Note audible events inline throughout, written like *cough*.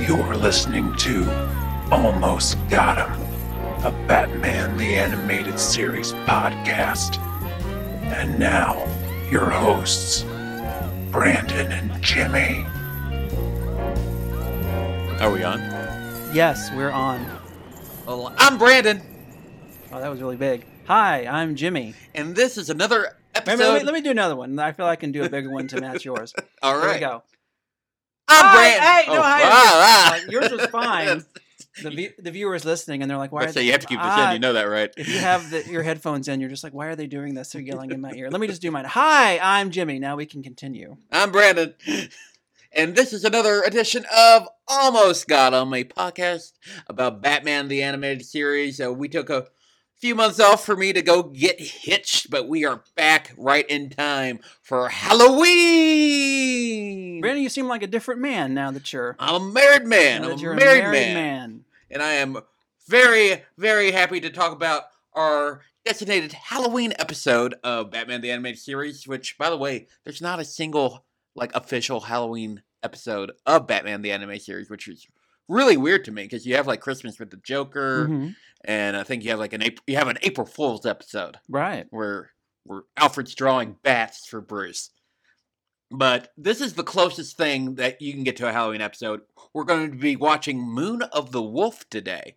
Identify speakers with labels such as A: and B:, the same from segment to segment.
A: You are listening to Almost Got Him, a Batman the Animated Series podcast. And now, your hosts, Brandon and Jimmy.
B: Are we on?
C: Yes, we're on.
B: I'm Brandon,
C: Oh, that was really big. Hi, I'm Jimmy.
B: and this is another
C: Wait,
B: episode.
C: wait, wait, let me do another one. I feel I can do a bigger one to
B: *laughs*
C: match yours.
B: All
C: Here
B: right,
C: we go.
B: I'm
C: Hi,
B: Brandon. Oh,
C: hey, no, hi.
B: wow, wow.
C: Like, yours was fine. The, v- the viewers listening and they're like, why?
B: I
C: Are
B: say
C: they-
B: you have to keep this
C: Ah,
B: in. You know that, right?
C: If you have the, your headphones in, you're just like, why are they doing this? They're yelling in my ear. Let me just do mine. Hi, I'm Jimmy. Now we can continue.
B: I'm Brandon, and this is another edition of Almost Got Him, a podcast about Batman the Animated Series. Uh, we took a few months off for me to go get hitched, but we are back right in time for Halloween.
C: Brandon, you seem like a different man now that you're,
B: I'm a married man.
C: now
B: I'm
C: that you're
B: a
C: a
B: married, man.
C: man.
B: and I am very, very happy to talk about our designated Halloween episode of Batman the Animated Series, which, by the way, there's not a single like official Halloween episode of Batman the Animated Series, which is really weird to me because you have like Christmas with the Joker,
C: Mhm.
B: and I think you have like an April, you have an April Fool's episode
C: Right.
B: where where Alfred's drawing bats for Bruce. But this is the closest thing that you can get to a Halloween episode. We're going to be watching Moon of the Wolf today.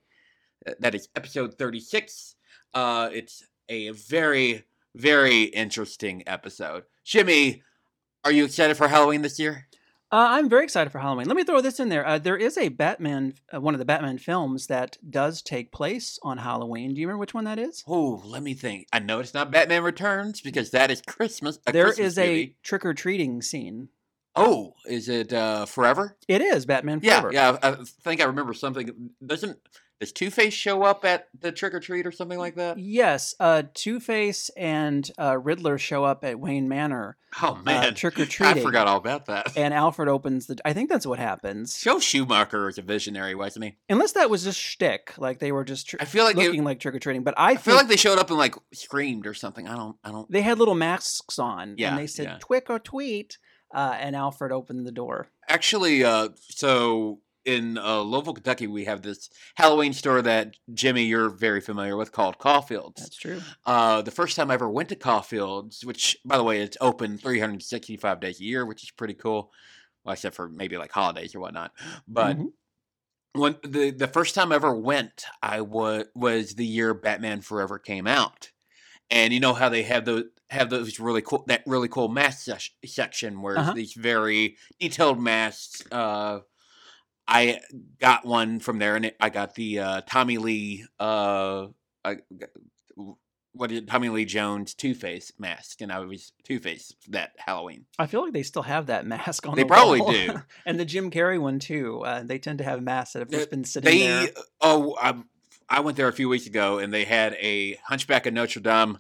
B: Uh, That is episode 36. Uh, it's a very, very interesting episode. Jimmy, are you excited for Halloween this year?
C: Uh, I'm very excited for Halloween. Let me throw this in there. Uh, there is a Batman, uh, one of the Batman films that does take place on Halloween. Do you remember which one that is?
B: Oh, let me think. I know it's not Batman Returns because that is Christmas. A
C: There
B: Christmas
C: is a
B: movie.
C: trick or treating scene.
B: Oh, is it uh, Forever?
C: It is Batman
B: Yeah,
C: Forever.
B: yeah. I I think I remember something. Doesn't does Two Face show up at the trick or treat or something like that?
C: Yes, uh, Two Face and uh, Riddler show up at Wayne Manor
B: Oh man,
C: uh, trick or
B: I
C: treating.
B: forgot all about that.
C: and Alfred opens the. I think that's what happens.
B: Joe Schumacher is a visionary, wasn't he?
C: Unless that was just shtick, like they were just tr-
B: I feel like they,
C: looking like trick or treating. But I,
B: I feel like they showed up and like screamed or something. I don't. I don't.
C: they had little masks on,
B: Yeah,
C: and they said
B: yeah.
C: "twick" or "tweet," uh, and Alfred opened the door.
B: Actually, uh, so in uh, Louisville, Kentucky, we have this Halloween store that Jimmy, you're very familiar with, called Caulfield's.
C: That's true.
B: Uh, the first time I ever went to Caulfield's, which by the way, it's open 365 days a year, which is pretty cool. Well, except for maybe like holidays or whatnot. But
C: Mhm.
B: when the the first time I ever went, I was was the year Batman Forever came out, and you know how they have those have those really cool that really cool mask sesh- section where it's
C: Uh-huh.
B: these very detailed masks. Uh, I got one from there, and it, I got the uh, Tommy Lee. Uh, I, g- what is it, Tommy Lee Jones Two Face mask, and I was Two Face that Halloween.
C: I feel like they still have that *laughs* mask on.
B: They
C: the
B: probably
C: wall.
B: do.
C: *laughs* and the Jim Carrey one too. Uh, they tend to have masks that have
B: They-
C: just been sitting
B: They
C: there.
B: oh, I, I went there a few weeks ago, and they had a Hunchback of Notre Dame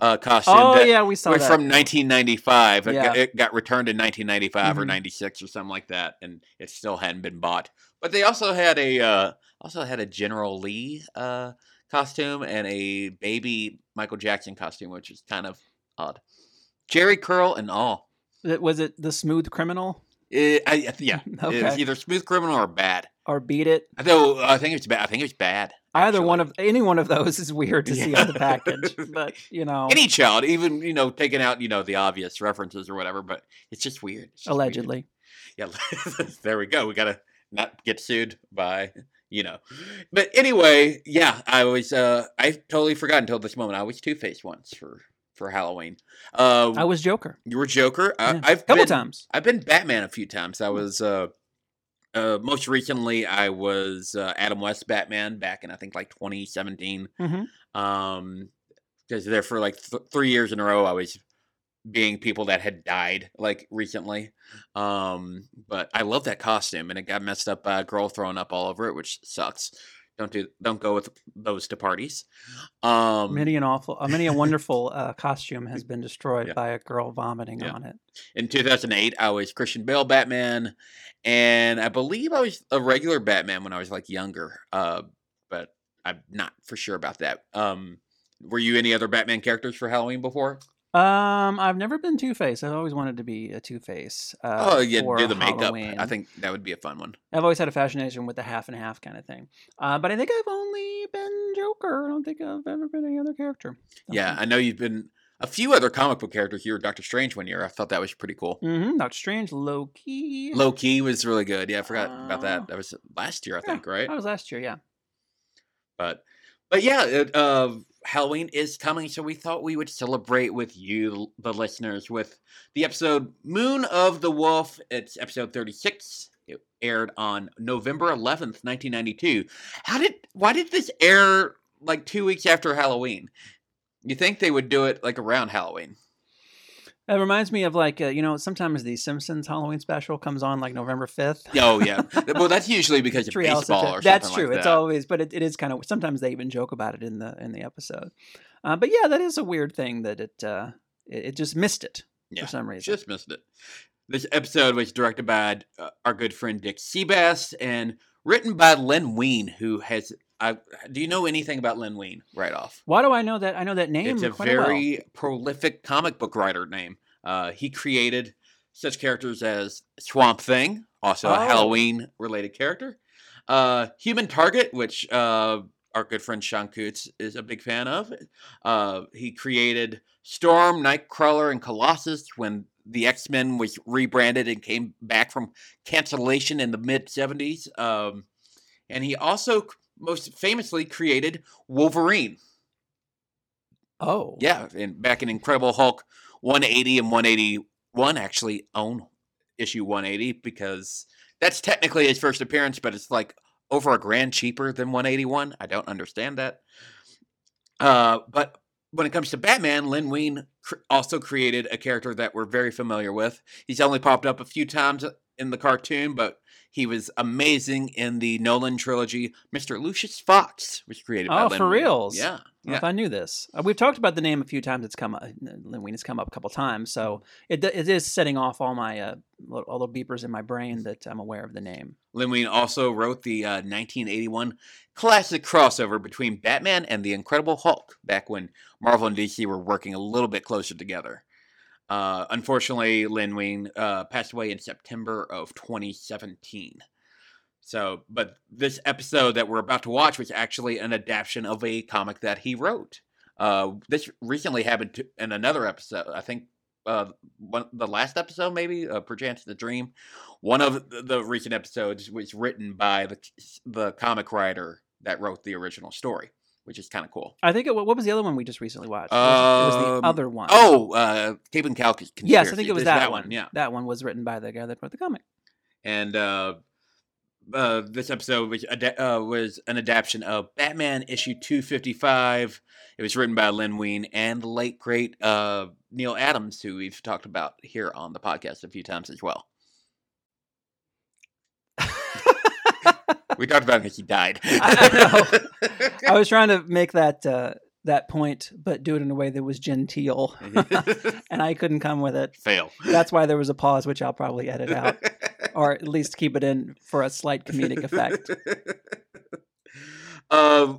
B: uh, costume.
C: Oh
B: that
C: yeah, we saw
B: was
C: that.
B: from 1995. It,
C: Yeah.
B: got, it got returned in 1995 or
C: Mhm.
B: 96 or something like that, and it still hadn't been bought. But they also had a uh, also had a General Lee uh, costume and a baby Michael Jackson costume, which is kind of odd. Jerry curl and all.
C: Th- was it the smooth criminal
B: Eh, I- I-
C: *laughs*
B: yeah, it was
C: Okay.
B: either smooth criminal or bad.
C: or beat it
B: I Though I think it was bad. I think it was bad.
C: either one of any one of those is weird to see on the
B: Yeah. *laughs*
C: package but you know
B: any child, even you know, taking out you know the obvious references or whatever, but it's just weird. It's just weird. *laughs*
C: allegedly
B: Yeah, there we go. We gotta not get sued by you know. But anyway, yeah, I was uh I totally forgot until this moment. I was Two Face once for for Halloween. Uh,
C: i was joker
B: you were Joker. I,
C: Yeah.
B: I've
C: couple
B: been,
C: times Hmm.
B: I've been Batman a few times. I was uh, uh most recently I was uh, Adam West Batman back in I think like 2017
C: hmm
B: um because there for like th- three years in a row i was being people that had died like recently um but i love that costume and it got messed up by a girl throwing up all over it which sucks don't do don't go with those to parties um
C: many an awful uh, many a wonderful uh, costume has been destroyed
B: Yeah.
C: by a girl vomiting
B: Yeah.
C: on it
B: in 2008 i was christian bale batman and i believe i was a regular batman when i was like younger uh but i'm not for sure about that um were you any other batman characters for halloween before
C: Um, I've never been Two Face. I've always wanted to be a Two Face. Uh,
B: oh yeah,
C: for
B: do the makeup.
C: Halloween.
B: I think that would be a fun one.
C: I've always had a fascination with the half and half kind of thing. Uh, but I think I've only been Joker. I don't think I've ever been any other character.
B: Yeah, I know you've been a few other comic book characters. You were Doctor Strange one year. I thought that was pretty cool.
C: Mm-hmm. Doctor Strange, low key.
B: Low key was really good. Yeah, I forgot about
C: Uh,
B: that. That was last year, I
C: Yeah,
B: think, right?
C: That was last year. Yeah.
B: But but yeah, it, uh, Halloween is coming, so we thought we would celebrate with you, the listeners, with the episode Moon of the Wolf. It's episode thirty six. It aired on November eleventh, nineteen ninety two. How did why did this air like two weeks after Halloween? You think they would do it like around Halloween?
C: It reminds me of like uh, you know sometimes the Simpsons Halloween special comes on like November fifth.
B: Oh
C: *laughs*
B: yeah. well, that's usually because of
C: Treehouse
B: baseball
C: Effect.
B: or
C: That's
B: something
C: true.
B: like
C: it's
B: that.
C: always, but it, it is kind of. Sometimes they even joke about it in the in the episode. Uh, but yeah, that is a weird thing that it uh, it, it just missed it
B: Yeah,
C: for some reason.
B: Just missed it. This episode was directed by uh, our good friend Dick Seabass and written by Len Wein, who has. I, do you know anything about Len Wein right off?
C: Why do I know that? I know that name.
B: It's a
C: quite well.
B: very prolific comic book writer name. Uh, he created such characters as Swamp Thing, also a
C: Oh.
B: Halloween related character, uh, Human Target, which uh, our good friend Sean Coots is a big fan of. Uh, he created Storm, Nightcrawler, and Colossus when the X Men was rebranded and came back from cancellation in the mid 70s. Um, and he also c- most famously created Wolverine.
C: Oh
B: Yeah, and back in Incredible Hulk 180 and 181 actually own issue 180 because that's technically his first appearance, but it's like over a grand cheaper than 181. I don't understand that. Uh, but when it comes to Batman, Lin Wein cr- also created a character that we're very familiar with. He's only popped up a few times in the cartoon, but he was amazing in the Nolan trilogy. Mr. Lucius Fox was created by
C: Oh,
B: Lin
C: for
B: Wein.
C: reals?
B: Yeah.
C: I don't know If I knew this, uh, we've talked about the name a few times. It's come up. Lin Wein has come up a couple times, so
B: Mm-hmm.
C: it d- it is setting off all my uh, li- all the beepers in my brain that I'm aware of the name.
B: Lin Wein also wrote the uh, 1981 classic crossover between Batman and the Incredible Hulk, back when Marvel and DC were working a little bit closer together. Uh, unfortunately, Lin Wein uh, passed away in September of 2017. So, but this episode that we're about to watch was actually an adaptation of a comic that he wrote. Uh, this recently happened to, in another episode. I think uh, one, the last episode, maybe uh, perchance the dream. One of the, the recent episodes was written by the the comic writer that wrote the original story, which is kind of cool.
C: I think it, wa- what was the other one we just recently watched? It was, it was
B: Um,
C: the other one.
B: Oh, uh, Cape and Cal conspiracy.
C: yes, I think it was
B: There's
C: that, one.
B: Yeah,
C: that one was written by the guy that wrote the comic.
B: and uh, uh, this episode was ada- uh, was an adaptation of Batman issue two fifty five. It was written by Lynn Wein and the late great uh, Neil Adams, who we've talked about here on the podcast a few times as well. We talked about him because he died.
C: I
B: *laughs*
C: I was trying to make that uh, that point, but do it in a way that was genteel, and I couldn't come with it.
B: *laughs* Fail.
C: That's why there was a pause, which I'll probably edit out,
B: *laughs*
C: or at least keep it in for a slight comedic effect.
B: Uh,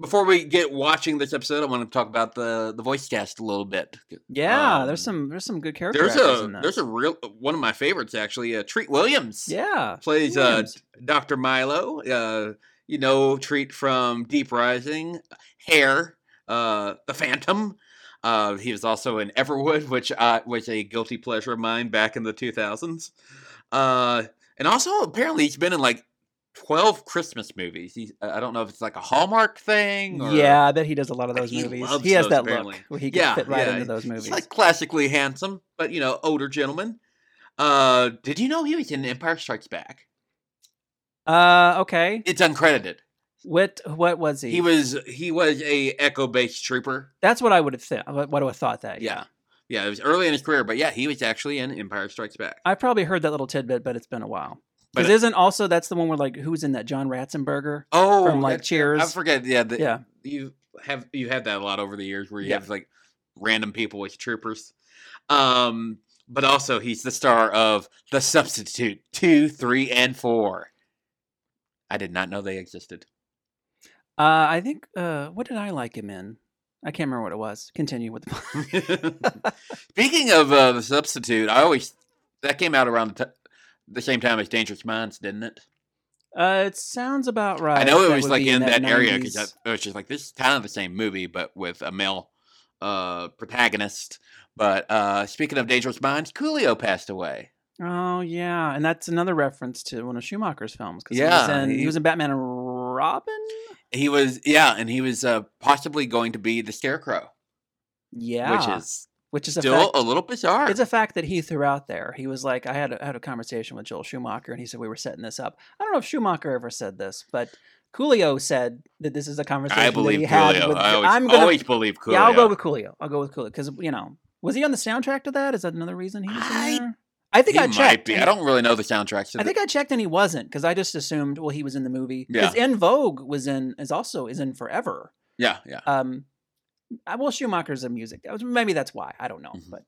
B: before we get watching this episode, I want to talk about the the voice cast a little bit.
C: Yeah,
B: Um,
C: there's some there's some good character
B: There's
C: actors
B: a
C: in this.
B: there's a real one of my favorites actually. Uh, Treat Williams
C: yeah.
B: plays uh,
C: Williams.
B: Doctor Milo. Uh, you know Treat from Deep Rising, Hair, uh, The Phantom. Uh, he was also in Everwood, which uh, was a guilty pleasure of mine back in the 2000s. Uh, and also, apparently, he's been in like 12 Christmas movies. He's, I I don't know if it's like a Hallmark thing or.
C: yeah, I bet he does a lot of those
B: He
C: movies.
B: loves
C: He has
B: those,
C: that
B: apparently.
C: look where he can
B: Yeah,
C: fit right
B: yeah,
C: into those movies.
B: He's like classically handsome, but you know, older gentleman. Uh, did you know he was in Empire Strikes Back?
C: uh, okay,
B: It's uncredited.
C: what what was he?
B: He was he was a Echo Base trooper.
C: That's what I would have thought. What would have thought that?
B: Yeah, yeah. It was early in his career, but yeah, he was actually in Empire Strikes Back.
C: I've probably heard that little tidbit, but it's been a while.
B: But
C: Because
B: it-
C: isn't also that's the one where like who's in that John Ratzenberger
B: Oh,
C: from like
B: that's- I
C: Cheers?
B: forget. Yeah, the,
C: yeah,
B: You have you have that a lot over the years where you
C: Yeah.
B: have like random people with troopers. Um, but also he's the star of The Substitute two, three, and four. I did not know they existed. *laughs*
C: uh, I think uh, what did I like him in? I can't remember what it was. Continue with the.
B: *laughs*
C: *laughs*
B: Speaking of uh, the substitute, I always that came out around the, t- the same time as Dangerous Minds, didn't it?
C: Uh, it sounds about right.
B: I know it
C: uh, That
B: was
C: would
B: like
C: be
B: in that, area 'cause area
C: 90s.
B: because I was just like, this is kind of the same movie, but with a male uh, protagonist. But uh, speaking of Dangerous Minds, Coolio passed away.
C: Oh yeah, and that's another reference to one of Schumacher's films because he,
B: Yeah,
C: was in- he
B: he-
C: was in Batman and Robin.
B: He was, yeah, and he was uh, possibly going to be the Scarecrow,
C: Yeah,
B: which is
C: which is a
B: still
C: fact-
B: a little bizarre. *laughs*
C: It's a fact that he threw out there. He was like, I had a, I had a conversation with Joel Schumacher, and he said we were setting this up. I don't know if Schumacher ever said this, but Coolio said that this is a conversation
B: I
C: that
B: believe
C: he had
B: Coolio.
C: with.
B: I always,
C: am gonna,
B: always believe Coolio.
C: yeah, I'll go with Coolio. I'll go with Coolio because you know, was he on the soundtrack to that? Is that another reason he was
B: I
C: in there? I think
B: he
C: I
B: might
C: checked.
B: be.
C: and-
B: I don't really know the soundtracks. to
C: I
B: the-
C: think I checked and he wasn't because I just assumed well he was in the movie because In Vogue was in is also is in Forever.
B: yeah, yeah.
C: Um, I, well Schumacher's a music that was- maybe that's why I don't know
B: Mhm.
C: but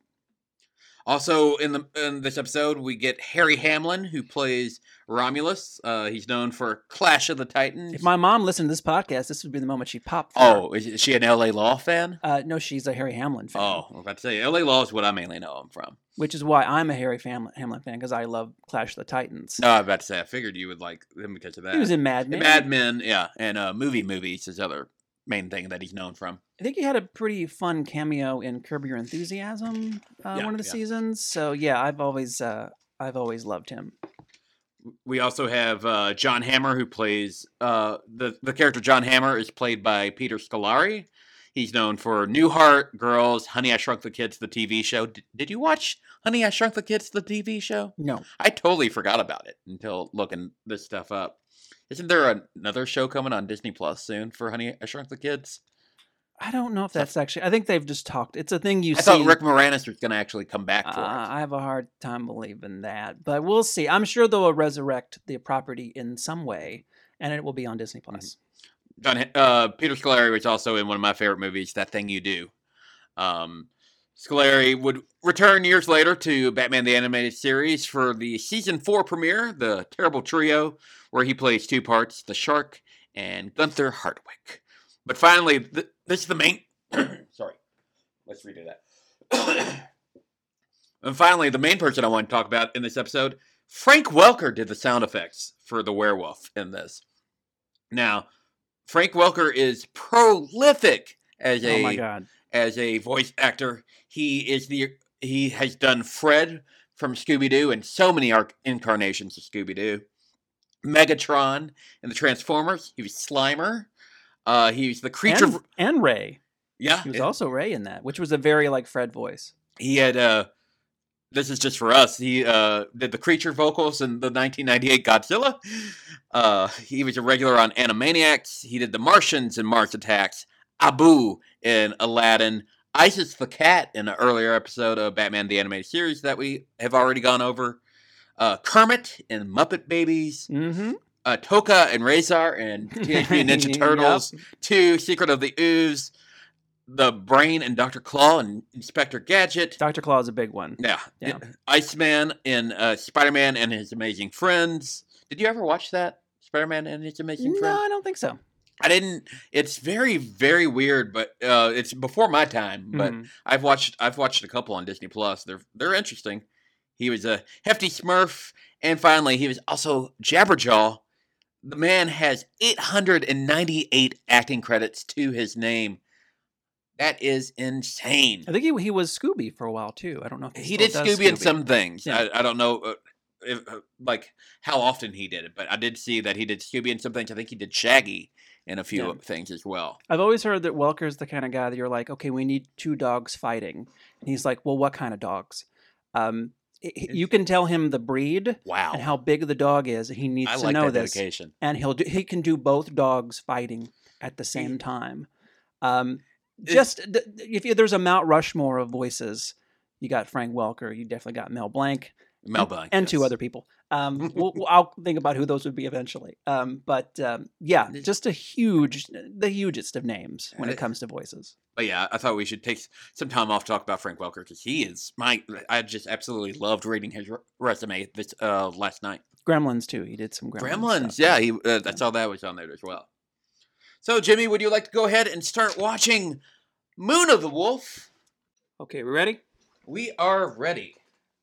B: Also, in the in this episode, we get Harry Hamlin, who plays Romulus. Uh, he's known for Clash of the Titans.
C: if my mom listened to this podcast this would be the moment she popped. for her.
B: oh, is she an L.A. Law fan?
C: uh, no, she's a Harry Hamlin fan,
B: Oh, I'm about to say L.A. Law is what I mainly know him from.
C: which is why I'm a Harry Fam- Hamlin fan because I love Clash of the Titans.
B: No, I'm about to say Oh, I figured you would like him because of that.
C: he was in Mad Men.
B: And Mad Men, yeah, and uh, movie movies is his other main thing that he's known from.
C: I think he had a pretty fun cameo in Curb Your Enthusiasm, uh,
B: Yeah,
C: one of the
B: yeah.
C: seasons. So yeah, I've always uh, I've always loved him.
B: We also have uh, John Hammer, who plays uh, the the character John Hammer is played by Peter Scolari. He's known for Newhart, Girls, Honey I Shrunk the Kids, the TV show. D- did you watch Honey I Shrunk the Kids, the TV show?
C: No,
B: I totally forgot about it until looking this stuff up. Isn't there an- another show coming on Disney Plus soon for Honey I Shrunk the Kids?
C: I don't know if
B: So-
C: that's actually. I think they've just talked. It's a thing you
B: I
C: see.
B: thought Rick Moranis was going to actually come back for
C: Uh,
B: it.
C: I have a hard time believing that, but we'll see. I'm sure they'll resurrect the property in some way, and it will be on
B: Mm-hmm.
C: Disney Plus.
B: John, Ha- uh, Peter Scolari was also in one of my favorite movies, That Thing You Do. Um, Scolari would return years later to Batman the Animated Series for the season four premiere, The Terrible Trio, where he plays two parts, the Shark and Gunther Hardwick. But finally, th- this is the main. *coughs* Sorry, let's redo that. *coughs* and finally, the main person I want to talk about in this episode, Frank Welker, did the sound effects for the werewolf in this. Now, Frank Welker is prolific as a
C: oh my god!
B: as a voice actor. He is the he has done Fred from Scooby Doo and so many arc incarnations of Scooby Doo, Megatron and the Transformers. He was Slimer. Uh, he was the creature.
C: and,
B: v-
C: and Ray,
B: yeah,
C: he was
B: it-
C: also Ray in that, which was a very like Fred voice.
B: he had. Uh, this is just for us. He uh, did the creature vocals in the 1998 Godzilla. Uh, he was a regular on Animaniacs. He did the Martians in Mars Attacks, Abu in Aladdin, Isis the Cat in an earlier episode of Batman the Animated Series that we have already gone over, uh, Kermit in Muppet Babies,
C: *laughs* Mm-hmm.
B: uh, Toka and Razor and Teenage Mutant Ninja Turtles, Two Secret of the Ooze, The Brain and Doctor Claw and Inspector Gadget.
C: Doctor Claw is a big one.
B: Yeah.
C: Yeah.
B: Iceman in uh, Spider Man and His Amazing Friends. Did you ever watch that? Spider Man and His Amazing
C: No,
B: Friends?
C: I don't think so.
B: I didn't. It's very, very weird, but uh, it's before my time. But
C: Mhm.
B: I've watched I've watched a couple on Disney Plus. They're they're interesting. He was a hefty Smurf, and finally he was also Jabberjaw. The man has 898 acting credits to his name. That is insane.
C: I think he he was Scooby for a while too. I don't know. if
B: He
C: still
B: did
C: does
B: Scooby, in some things.
C: Yeah.
B: I, I don't know uh, if, uh, like how often he did it, but I did see that he did Scooby in some things. I think he did Shaggy in a few
C: Yeah.
B: of things as well.
C: I've always heard that Welker's the kind of guy that you're like, okay, we need two dogs fighting, and he's like, well, what kind of dogs? Um, i- i- you can tell him the breed
B: Wow,
C: and how big the dog is. and He needs
B: I
C: to
B: like
C: know
B: that
C: this,
B: dedication.
C: and he'll do, he can do both dogs fighting at the same time. Um,
B: Is-
C: just d- d- if you, there's a Mount Rushmore of voices, you got Frank Welker, you definitely got Mel Blanc,
B: Mel
C: and-
B: Blanc
C: and two
B: yes.
C: other people.
B: *laughs*
C: Um, we'll, we'll- I'll think about who those would be eventually. Um, but um, yeah,
B: Th-
C: just a huge, the hugest of names when it
B: Uh,
C: comes to voices.
B: But yeah, I thought we should take s- some time off to talk about Frank Welker because he is my. I just absolutely loved reading his re- resume this uh, last night.
C: Gremlins too. He did some Gremlins.
B: Gremlins,
C: stuff.
B: yeah, he, uh, I saw that was on there as well. So Jimmy, would you like to go ahead and start watching Moon of the Wolf,
C: Okay, we ready?
B: we are ready.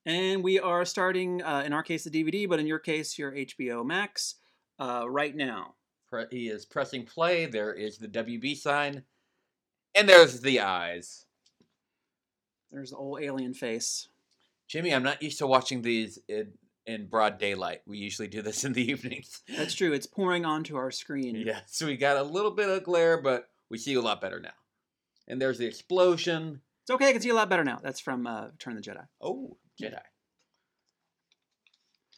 C: And we are starting, uh, in our case, the DVD, but in your case, your HBO Max uh, right now.
B: Pre- he is pressing play. There is the WB sign, and there's the eyes.
C: There's the old alien face.
B: Jimmy, I'm not used to watching these in, in broad daylight. We usually do this *laughs* in the evenings. *laughs*
C: That's true. It's pouring onto our screen.
B: Yeah, so we got a little bit of glare, but we see a lot better now. And there's the explosion.
C: It's okay. I can see a lot better now. That's from uh, Return of the Jedi.
B: Oh, Jedi.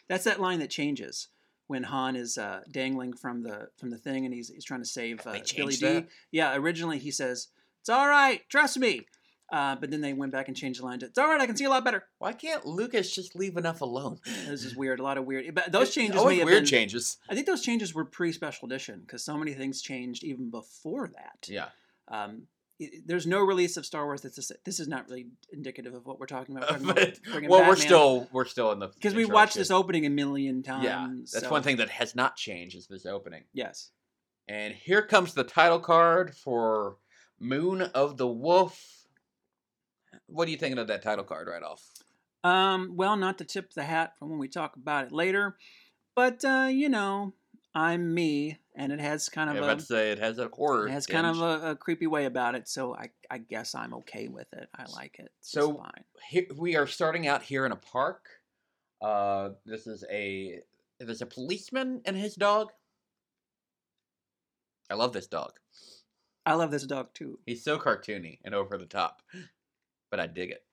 C: That's that line that changes when Han is uh, dangling from the from the thing and he's, he's trying to save uh,
B: They
C: Billy
B: changed
C: D.
B: that?
C: Yeah, originally he says, "It's all right, trust me," uh, but then they went back and changed the line to, "It's all right, I can see a lot better."
B: Why can't Lucas just leave enough alone? *laughs*
C: This is weird. A lot of weird. But those
B: It's
C: changes
B: always
C: may have
B: weird
C: been-
B: changes.
C: I think those changes were pre-special edition because so many things changed even before that. *laughs*
B: Yeah.
C: Um, it- it- there's no release of Star Wars that's this, this is not really indicative of what we're talking about. We're talking about
B: *laughs* but,
C: friggin'
B: well, we're
C: Batman.
B: still we're still in the
C: because we
B: intro
C: watched
B: shit.
C: this opening a million times.
B: Yeah, that's
C: so-
B: one thing that has not changed is this opening.
C: Yes.
B: And here comes the title card for Moon of the Wolf. What are you thinking of that title card right off?
C: Um, well, not to tip the hat for when we talk about it later, but uh, you know, I'm me, and it has kind
B: Yeah, I'm
C: of
B: about to say it has a
C: a
B: horror.
C: it has kind of
B: tinge.
C: a, a creepy way about it. So I I guess I'm okay with it. I like it. It's
B: So-
C: fine.
B: here, we are starting out here in a park. Uh, this is a there's a policeman and his dog. I love this dog.
C: I love this dog too.
B: He's so cartoony and over the top, but I dig it.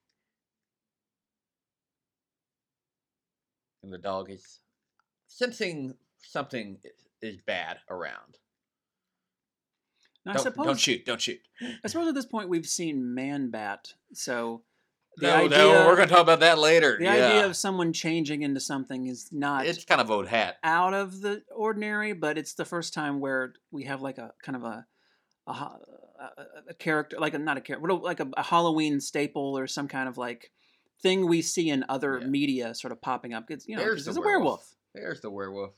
B: And the dog is sensing something i- is bad around.
C: And I
B: don't,
C: suppose
B: don't shoot! Don't
C: *laughs*
B: shoot!
C: I suppose at this point we've seen Man Bat, so
B: *laughs*
C: the
B: no,
C: idea
B: no, we're gonna talk about that later.
C: the
B: yeah.
C: idea of someone changing into something is not
B: it's kind of old hat.
C: out of the ordinary, but it's the first time where we have like a kind of a a, ho- a, a- a character, like a, not a character, like a, a Halloween staple or some kind of like thing we see in other
B: Yeah.
C: media sort of popping up. It's you know,
B: There's
C: it's
B: the
C: a
B: werewolf.
C: werewolf.
B: There's the werewolf.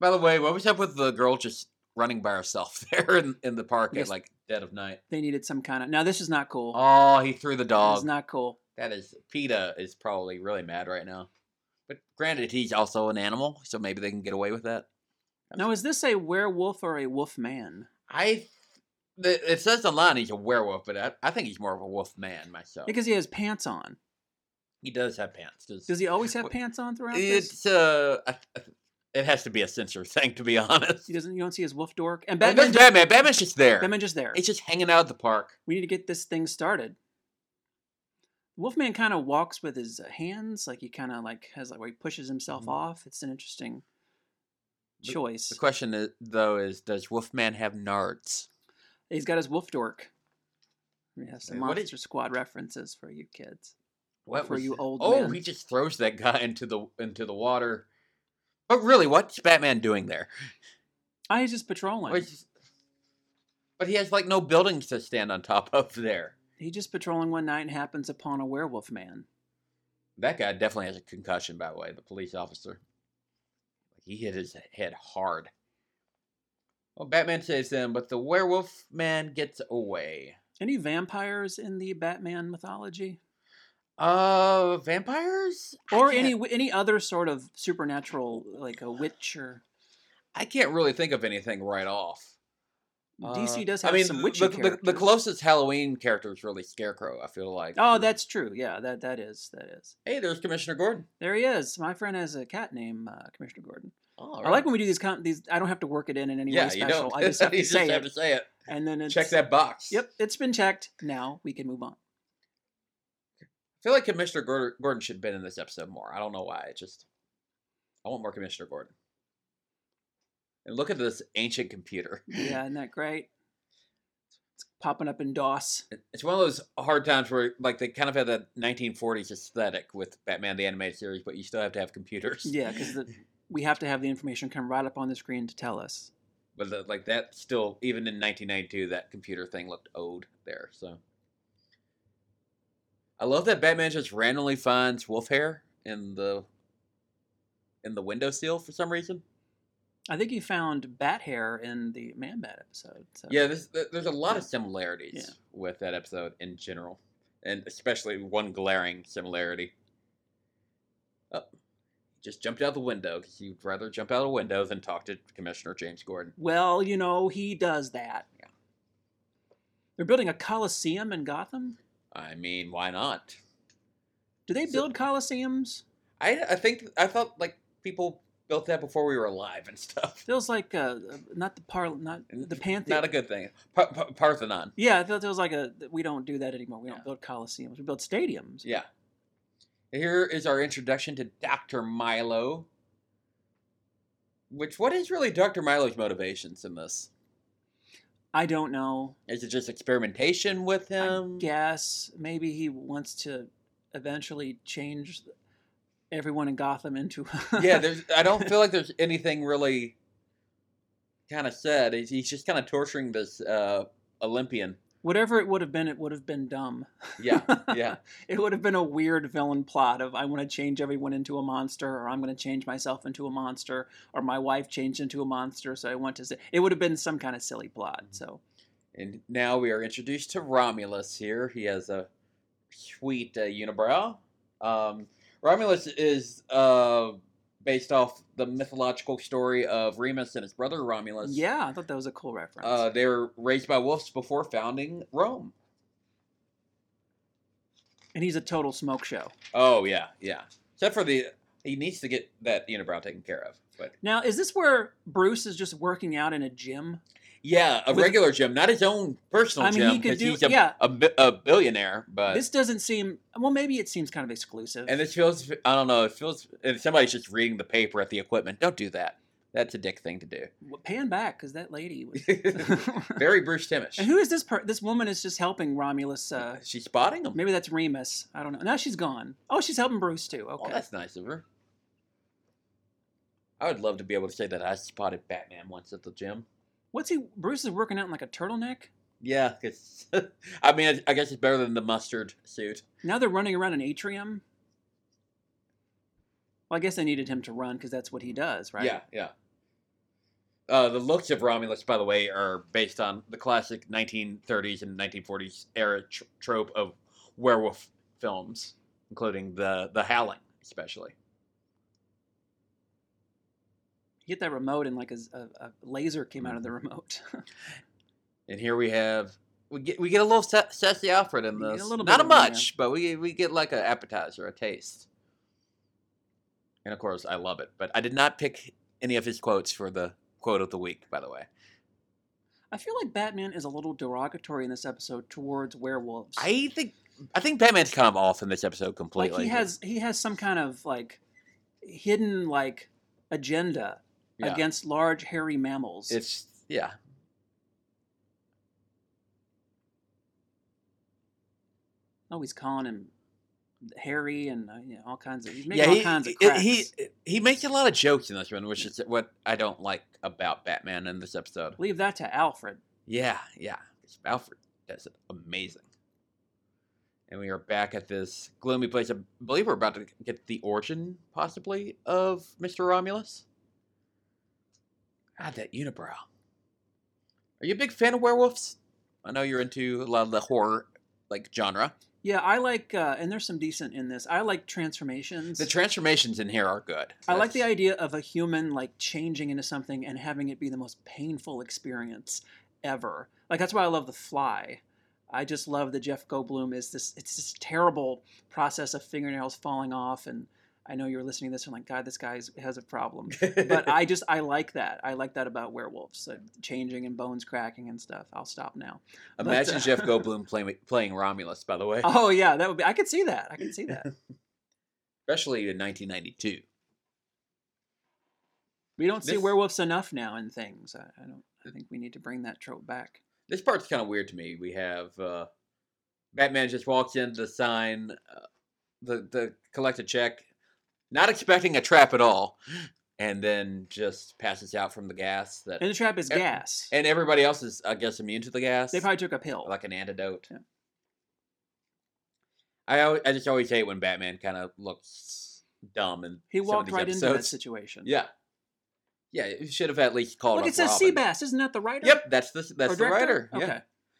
B: By the way, what was up with the girl just running by herself *laughs* there in, in the park
C: Yes.
B: at like dead of night?
C: They needed some kind of. Now this is not cool.
B: Oh, he threw the
C: It's
B: dog.
C: not cool.
B: that is PETA is probably really mad right now. But granted, he's also an animal, so maybe they can get away with that.
C: Now is this a werewolf or a wolf man?
B: I. th- It says online he's a werewolf, but I, I think he's more of a wolf man myself.
C: Because he has pants on.
B: He does have pants. 'cause
C: Does he always have
B: Well,
C: pants on throughout this?
B: it's uh, I- I- it has to be a censor *laughs* thing to be honest.
C: He doesn't. You don't see his wolf dork. And
B: Batman,
C: Batman.
B: Batman, Batman, Batman's just there.
C: Batman just there.
B: It's just hanging out at the park.
C: we need to get this thing started. Wolfman kind of walks with his hands, like he kind of like has like where he pushes himself
B: Mhm.
C: off. It's an interesting
B: The-
C: choice.
B: The question is, though is, does Wolfman have nards?
C: He's got his wolf dork. We have some
B: Wait, what is-
C: Monster Squad references for you kids.
B: What
C: For
B: was
C: you
B: that?
C: old
B: Oh,
C: men.
B: he just throws that guy into the into the water. But really, what's Batman doing there?
C: I Ah, he's just patrolling.
B: Or just- But he has like no buildings to stand on top of there.
C: He just patrolling one night and happens upon a werewolf man.
B: That guy definitely has a concussion, by the way. The police officer. He hit his head hard. Well, Batman saves him, but the werewolf man gets away.
C: Any vampires in the Batman mythology,
B: Uh, vampires I
C: or
B: can't- e,
C: any any other sort of supernatural, like a witch or
B: I can't really think of anything right off.
C: DC
B: Uh,
C: does have some witchy
B: the, the, the
C: characters.
B: closest Halloween character is really Scarecrow. I feel like.
C: Oh, that's true. Yeah, that that is that is.
B: hey, there's Commissioner Gordon.
C: There he is. My friend has a cat named uh, Commissioner Gordon.
B: Oh,
C: I like when we do these. Con- these I don't have to work it in in any
B: yeah,
C: way
B: you
C: special.
B: don't.
C: I
B: *laughs*
C: just have
B: You
C: to say
B: have
C: it,
B: to say it.
C: and then it's,
B: Check that box.
C: Yep, it's been checked. Now we can
B: *laughs*
C: move on.
B: I feel like Commissioner Gor- Gordon should have been in this episode more. I don't know why. It just I want more Commissioner Gordon. And look at this ancient computer.
C: Yeah, isn't that great? It's popping up in DOS.
B: It- *laughs* It's one of those hard times where, like, they kind of had that 1940s aesthetic with Batman the Animated Series, but you still have to have computers.
C: Yeah, because we have to have the information come right up on the screen to tell us.
B: *laughs* but the, like that still even in 1992 that computer thing looked old there so i love that batman just randomly finds wolf hair in the in the window sill for some reason
C: I think he found bat hair in the Man Bat episode. So.
B: Yeah, this, th- there's a lot of similarities
C: Yeah.
B: with that episode in general, and especially one glaring similarity. Oh, just jumped out the window because you'd rather jump out a window than talk to Commissioner James Gordon.
C: Well, you know, he does that.
B: Yeah.
C: They're building a coliseum in Gotham.
B: I mean, why not?
C: Do they
B: So-
C: build coliseums?
B: I, I think I thought like people built that before we were alive and stuff.
C: Feels like uh, not the par, not the pantheon.
B: Not a good thing. Pa- pa- Parthenon.
C: yeah, I thought it was like a we don't do that anymore. We
B: Yeah.
C: don't build coliseums. We build stadiums.
B: Yeah. Here is our introduction to Dr. Milo. Which, what is really Dr. Milo's motivations in this?
C: I don't know.
B: Is it just experimentation with
C: I
B: him?
C: *laughs* guess maybe he wants to eventually change everyone in Gotham into. *laughs*
B: yeah, there's. I don't feel like there's anything really kind of said. He's, he's just kind of torturing this uh, Olympian.
C: Whatever it would have been, it would have been dumb. *laughs*
B: Yeah, yeah.
C: It would have been a weird villain plot of I want to change everyone into a monster, or I'm going to change myself into a monster, or my wife changed into a monster, so I want to. Say, it would have been some kind of silly plot.
B: Mm-hmm.
C: So
B: And now we are introduced to Romulus here. He has a sweet uh, unibrow. Um, Romulus is uh, based off the mythological story of Remus and his brother Romulus.
C: yeah, I thought that was a cool reference.
B: Uh, they were raised by wolves before founding Rome.
C: and he's a total smoke show.
B: Oh, yeah, yeah. Except for the. He needs to get that unibrow taken care of. But
C: Now, is this where Bruce is just working out in a gym?
B: yeah, a
C: With-
B: regular gym, not his own personal
C: I mean,
B: gym.
C: he could
B: 'cause
C: do-
B: he's a,
C: yeah.
B: a, bi- a billionaire, but
C: this doesn't seem. Well, maybe it seems kind of exclusive.
B: Uh, And this feels, I don't know, it feels, if somebody's just reading the paper at the equipment, don't do that. That's a dick thing to do.
C: Well, pan back because that
B: *laughs*
C: lady. Was... *laughs*
B: Very Bruce
C: and
B: Timmish.
C: who is this? Per- this woman is just helping Romulus. Uh,
B: She's spotting him.
C: maybe that's Remus. I don't know. Now she's gone. Oh, she's helping Bruce too.
B: Oh,
C: Okay.
B: that's nice of her. I would love to be able to say that I spotted Batman once at the gym.
C: What's he? Bruce is working out in like a turtleneck.
B: Yeah, 'cause- *laughs* I mean, I guess it's better than the mustard suit.
C: Now they're running around an atrium. Well, I guess they needed him to run because that's what he does, right?
B: Yeah, yeah. Uh, the looks of Romulus, by the way, are based on the classic 1930s and 1940s era tr- trope of werewolf films, including the the Howling, especially.
C: He hit that remote and like a, a, a laser came out of
B: Mm-hmm.
C: the remote. *laughs*
B: And here we have we get we get a little sa- sassy Alfred in
C: We get a
B: this,
C: little
B: not a
C: bit of him, yeah.
B: much, but we we get like an appetizer, a taste. And of course, I love it. But I did not pick any of his quotes for the quote of the week, by the way.
C: I feel like Batman is a little derogatory in this episode towards werewolves.
B: I think I think Batman's kind of off in this episode
C: like
B: completely.
C: he has he has some kind of like hidden like agenda
B: Yeah.
C: against large hairy mammals.
B: It's yeah.
C: oh, he's calling him hairy and uh, you know, all kinds of he's making
B: Yeah,
C: all
B: he,
C: kinds of
B: he-
C: cracks.
B: he he makes a lot of jokes in this one, which is what I don't like about Batman in this episode.
C: Leave that to Alfred.
B: Yeah, yeah. Alfred does it amazing. And we are back at this gloomy place. I believe we're about to get the origin, possibly, of Mr. Romulus. God, that unibrow. Are you a big fan of werewolves? I know you're into a lot of the horror like genre.
C: Yeah, I like, uh, and there's some decent in this. I like transformations.
B: The transformations in here are good.
C: I like the
B: That's-
C: idea of a human like changing into something and having it be the most painful experience ever. Like that's why I love The Fly. I just love that Jeff Goldblum is this. It's this terrible process of fingernails falling off, and I know you're listening to this and like, God, this guy is- has a problem. But I just I like that. I like that about werewolves, like changing and bones cracking and stuff. I'll stop now. but,
B: Imagine
C: uh, *laughs*
B: Jeff Goldblum playing playing Romulus, by the way,
C: Oh yeah, that would be. I could see that. I could
B: *laughs*
C: see that.
B: especially in 1992.
C: We don't see
B: This-
C: werewolves enough now in things. I, I don't. I think we need to bring that trope back.
B: This part's kind of weird to me. We have uh, Batman just walks in to sign uh, the the collect a check, not expecting a trap at all, and then just passes out from the gas that
C: And the trap is
B: Ev-
C: gas.
B: and everybody else is I guess immune to the gas.
C: They probably took a pill.
B: like an antidote.
C: Yeah.
B: I al- I just always hate when Batman kind of looks dumb and *laughs*
C: he walked right into that
B: situation.
C: situation.
B: Yeah. Yeah, it should have at least called.
C: Look,
B: up
C: it says
B: Robin.
C: Seabass. Isn't that the writer?
B: Yep, that's the that's
C: Or
B: the
C: director?
B: writer. Yeah,
C: Okay.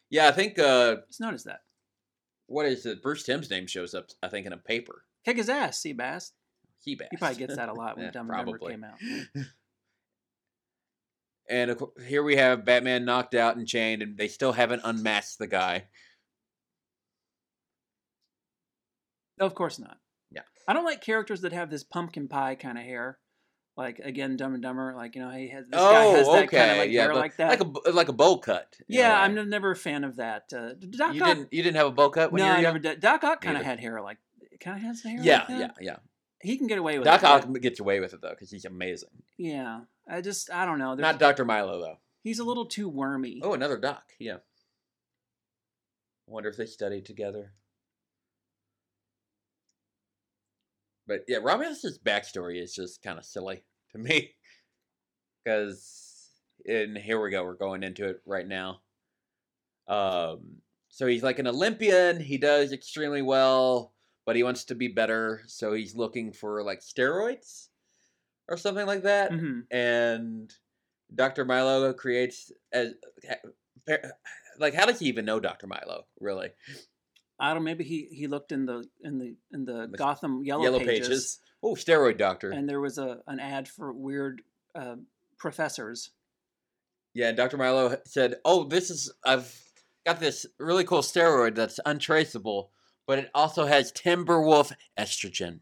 B: yeah. I think uh,
C: Just noticed that.
B: what is it? Bruce Timm's name shows up. I think in a paper.
C: Kick his ass, Seabass.
B: He bass.
C: He probably gets that a lot when
B: Yeah,
C: Dumb and Dumber
B: probably.
C: came out.
B: *laughs* and of cour- here we have Batman knocked out and chained, and they still haven't unmasked the guy.
C: No, of course not.
B: Yeah.
C: I don't like characters that have this pumpkin pie kind of hair. Like again, Dumb and Dumber. Like you know, he has this guy has that kind of like hair
B: Oh, but
C: like that.
B: like a b- like a bowl cut. you know,
C: yeah,
B: like-
C: I'm n- never a fan of that. Uh, Doc
B: You
C: Ock.
B: didn't you didn't have a bowl cut when
C: no,
B: you were
C: I
B: young?
C: never did. Doc Ock kind of
B: Neither.
C: had hair like kind of has the hair.
B: yeah,
C: like that.
B: yeah, yeah.
C: He can get away with
B: Doc
C: it. but-
B: Ock gets away with it though because he's amazing.
C: Yeah, I just I don't know. There's,
B: Not Doctor Milo though.
C: he's a little too wormy.
B: Oh, another doc. Yeah. Wonder if they studied together. But yeah, Romulus's backstory is just kind of silly to me, *laughs* because and here we go. We're going into it right now. Um, so he's like an Olympian. He does extremely well, but he wants to be better. So he's looking for like steroids or something like that
C: hmm
B: and Dr. Milo creates as like how does he even know Dr. Milo really?
C: I don't. Maybe he he looked in the in the in the
B: Must-
C: Gotham Yellow, pages,
B: Oh, steroid doctor.
C: and there was a an ad for weird uh, professors.
B: yeah, and Dr. Milo said, "Oh, this is I've got this really cool steroid that's untraceable, but it also has Timberwolf estrogen,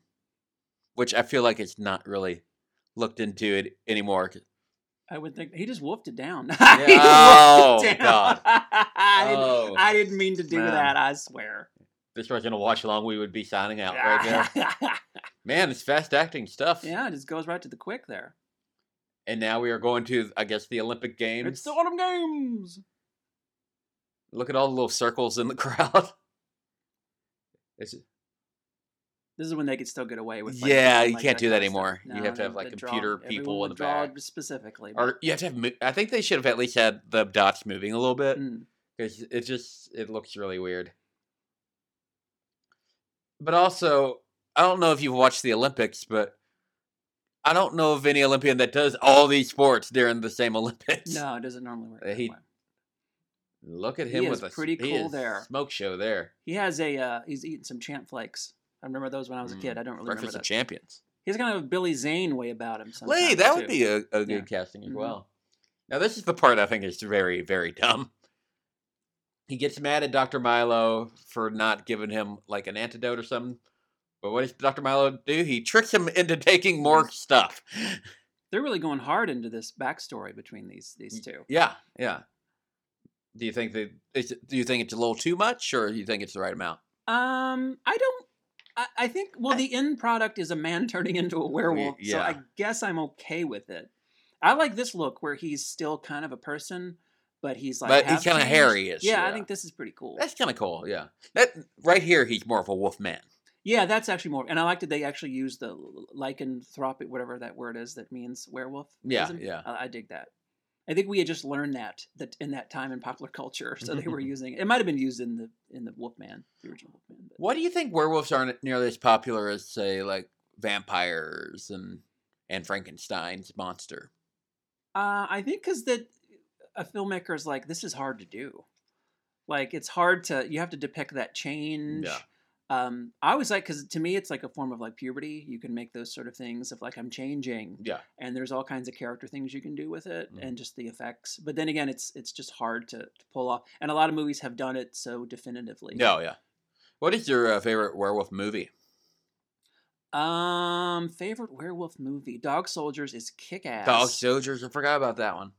B: which I feel like it's not really looked into it
C: *laughs*
B: anymore.
C: I would think he just wolfed it down. *laughs*
B: Oh, God.
C: I, didn't,
B: Oh.
C: I didn't mean to do
B: Man.
C: that. I swear.
B: This wasn't a watch along. We would be signing out
C: *laughs*
B: right there. Man, it's fast acting stuff.
C: yeah, it just goes right to the quick there.
B: And now we are going to, I guess, the Olympic Games.
C: It's the Autumn Games.
B: Look at all the little circles in the *laughs* crowd. It's,
C: This is when they could still get away with. Like,
B: yeah,
C: doing,
B: you
C: like,
B: can't do
C: kind
B: that
C: of stuff.
B: anymore. you
C: No,
B: have to
C: no,
B: have like
C: the draw-
B: computer
C: everyone
B: people in the
C: would draw
B: back,
C: specifically. but-
B: or you have to have. mo- I think they should have at least had the dots moving a little bit
C: Mm.
B: because it just it looks really weird. But also, I don't know if you've watched the Olympics, but I don't know of any Olympian that does all these sports during the same *laughs* Olympics.
C: No, it doesn't normally work.
B: Uh,
C: That
B: he-
C: way.
B: Look at
C: He
B: him
C: is
B: with a
C: pretty
B: he
C: cool
B: is
C: there.
B: smoke show there.
C: He has a uh, he's eating some champ flakes. I remember those when I was a
B: Mm,
C: kid. I don't really
B: Breakfast
C: remember
B: of
C: that.
B: Champions.
C: He's kind of a Billy Zane way about him.
B: Lee,
C: sometimes,
B: that would
C: too.
B: be a, a good
C: Yeah.
B: casting as
C: Mhm.
B: well. Now, this is the part I think is very, very dumb. He gets mad at Dr. Milo for not giving him like an antidote or something. But what does Dr. Milo do? He tricks him into taking more stuff.
C: They're really going hard into this backstory between these
B: Mm.
C: these two.
B: Yeah, yeah. Do you think that is it- do you think it's a little too much or you think it's the right amount?
C: Um, I don't. I, I think well, the end product is a man *laughs* turning into a werewolf, so I
B: yeah.
C: guess I'm okay with it. I like this look where he's still kind of a person, but he's like
B: But he's
C: half
B: kinda
C: changed.
B: hairy-ish,
C: Yeah, I
B: yeah.
C: think this is pretty cool.
B: That's kind of cool, yeah. That right here he's more of a wolf man.
C: Yeah, that's actually more. And I like that they actually use the lycanthropic, whatever that word is, that means werewolf.
B: Yeah, yeah.
C: I, I dig that. I think we had just learned that that in that time in popular culture, so
B: *laughs*
C: they were using it. Might have been used in the in the Wolfman, the original Wolfman. But
B: Why do you think werewolves aren't nearly as popular as, say, like vampires and and Frankenstein's monster?
C: uh, I think because that a filmmaker is like, this is hard to do. Like it's hard to you have to depict that change.
B: Yeah.
C: Um, I always like because to me it's like a form of like puberty. You can make those sort of things of like I'm changing.
B: Yeah,
C: and there's all kinds of character things you can do with it
B: Mhm.
C: and just the effects but then again it's it's just hard to, to pull off and a lot of movies have done it so definitively
B: no, yeah. What is your uh, favorite werewolf movie?
C: um favorite werewolf movie dog soldiers is kick-ass
B: Dog Soldiers. I forgot about that one.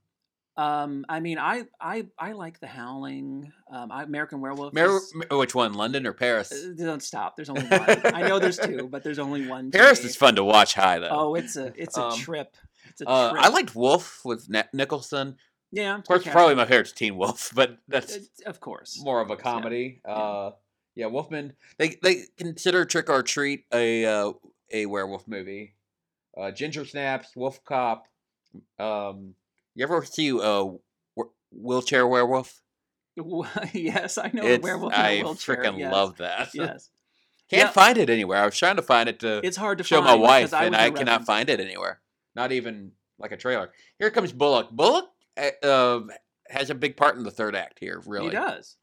C: um i mean i i i like the howling um I, american werewolf
B: Mer- *laughs*
C: is-
B: m- which one? London or Paris?
C: uh, don't stop there's only one i know there's two but there's only one to
B: Paris
C: me.
B: is fun to watch. High though.
C: oh it's a it's a
B: Um,
C: trip it's a
B: uh,
C: trip
B: I liked Wolf with Na- Nicholson.
C: yeah
B: Of course,
C: okay.
B: probably my favorite's Teen Wolf, *laughs* but that's
C: It's- of course
B: more of a
C: course, yeah.
B: comedy. Uh, yeah, Wolfman. They they consider Trick or Treat a uh, a werewolf movie. Uh, Ginger Snaps, Wolf Cop. Um, you ever see uh, Whe- wheelchair werewolf?
C: *laughs* yes i know
B: It's-
C: the werewolf in a
B: I
C: wheelchair,
B: freaking
C: yes.
B: love that.
C: yes
B: *laughs* Can't
C: Yeah.
B: find it anywhere. I was trying to find it to
C: it's hard to
B: show
C: find
B: my wife,
C: because was
B: and
C: the
B: I cannot
C: reference.
B: find it anywhere. Not even like a trailer. Here comes Bullock. Bullock uh, uh, has a big part in the third act here, really.
C: He does.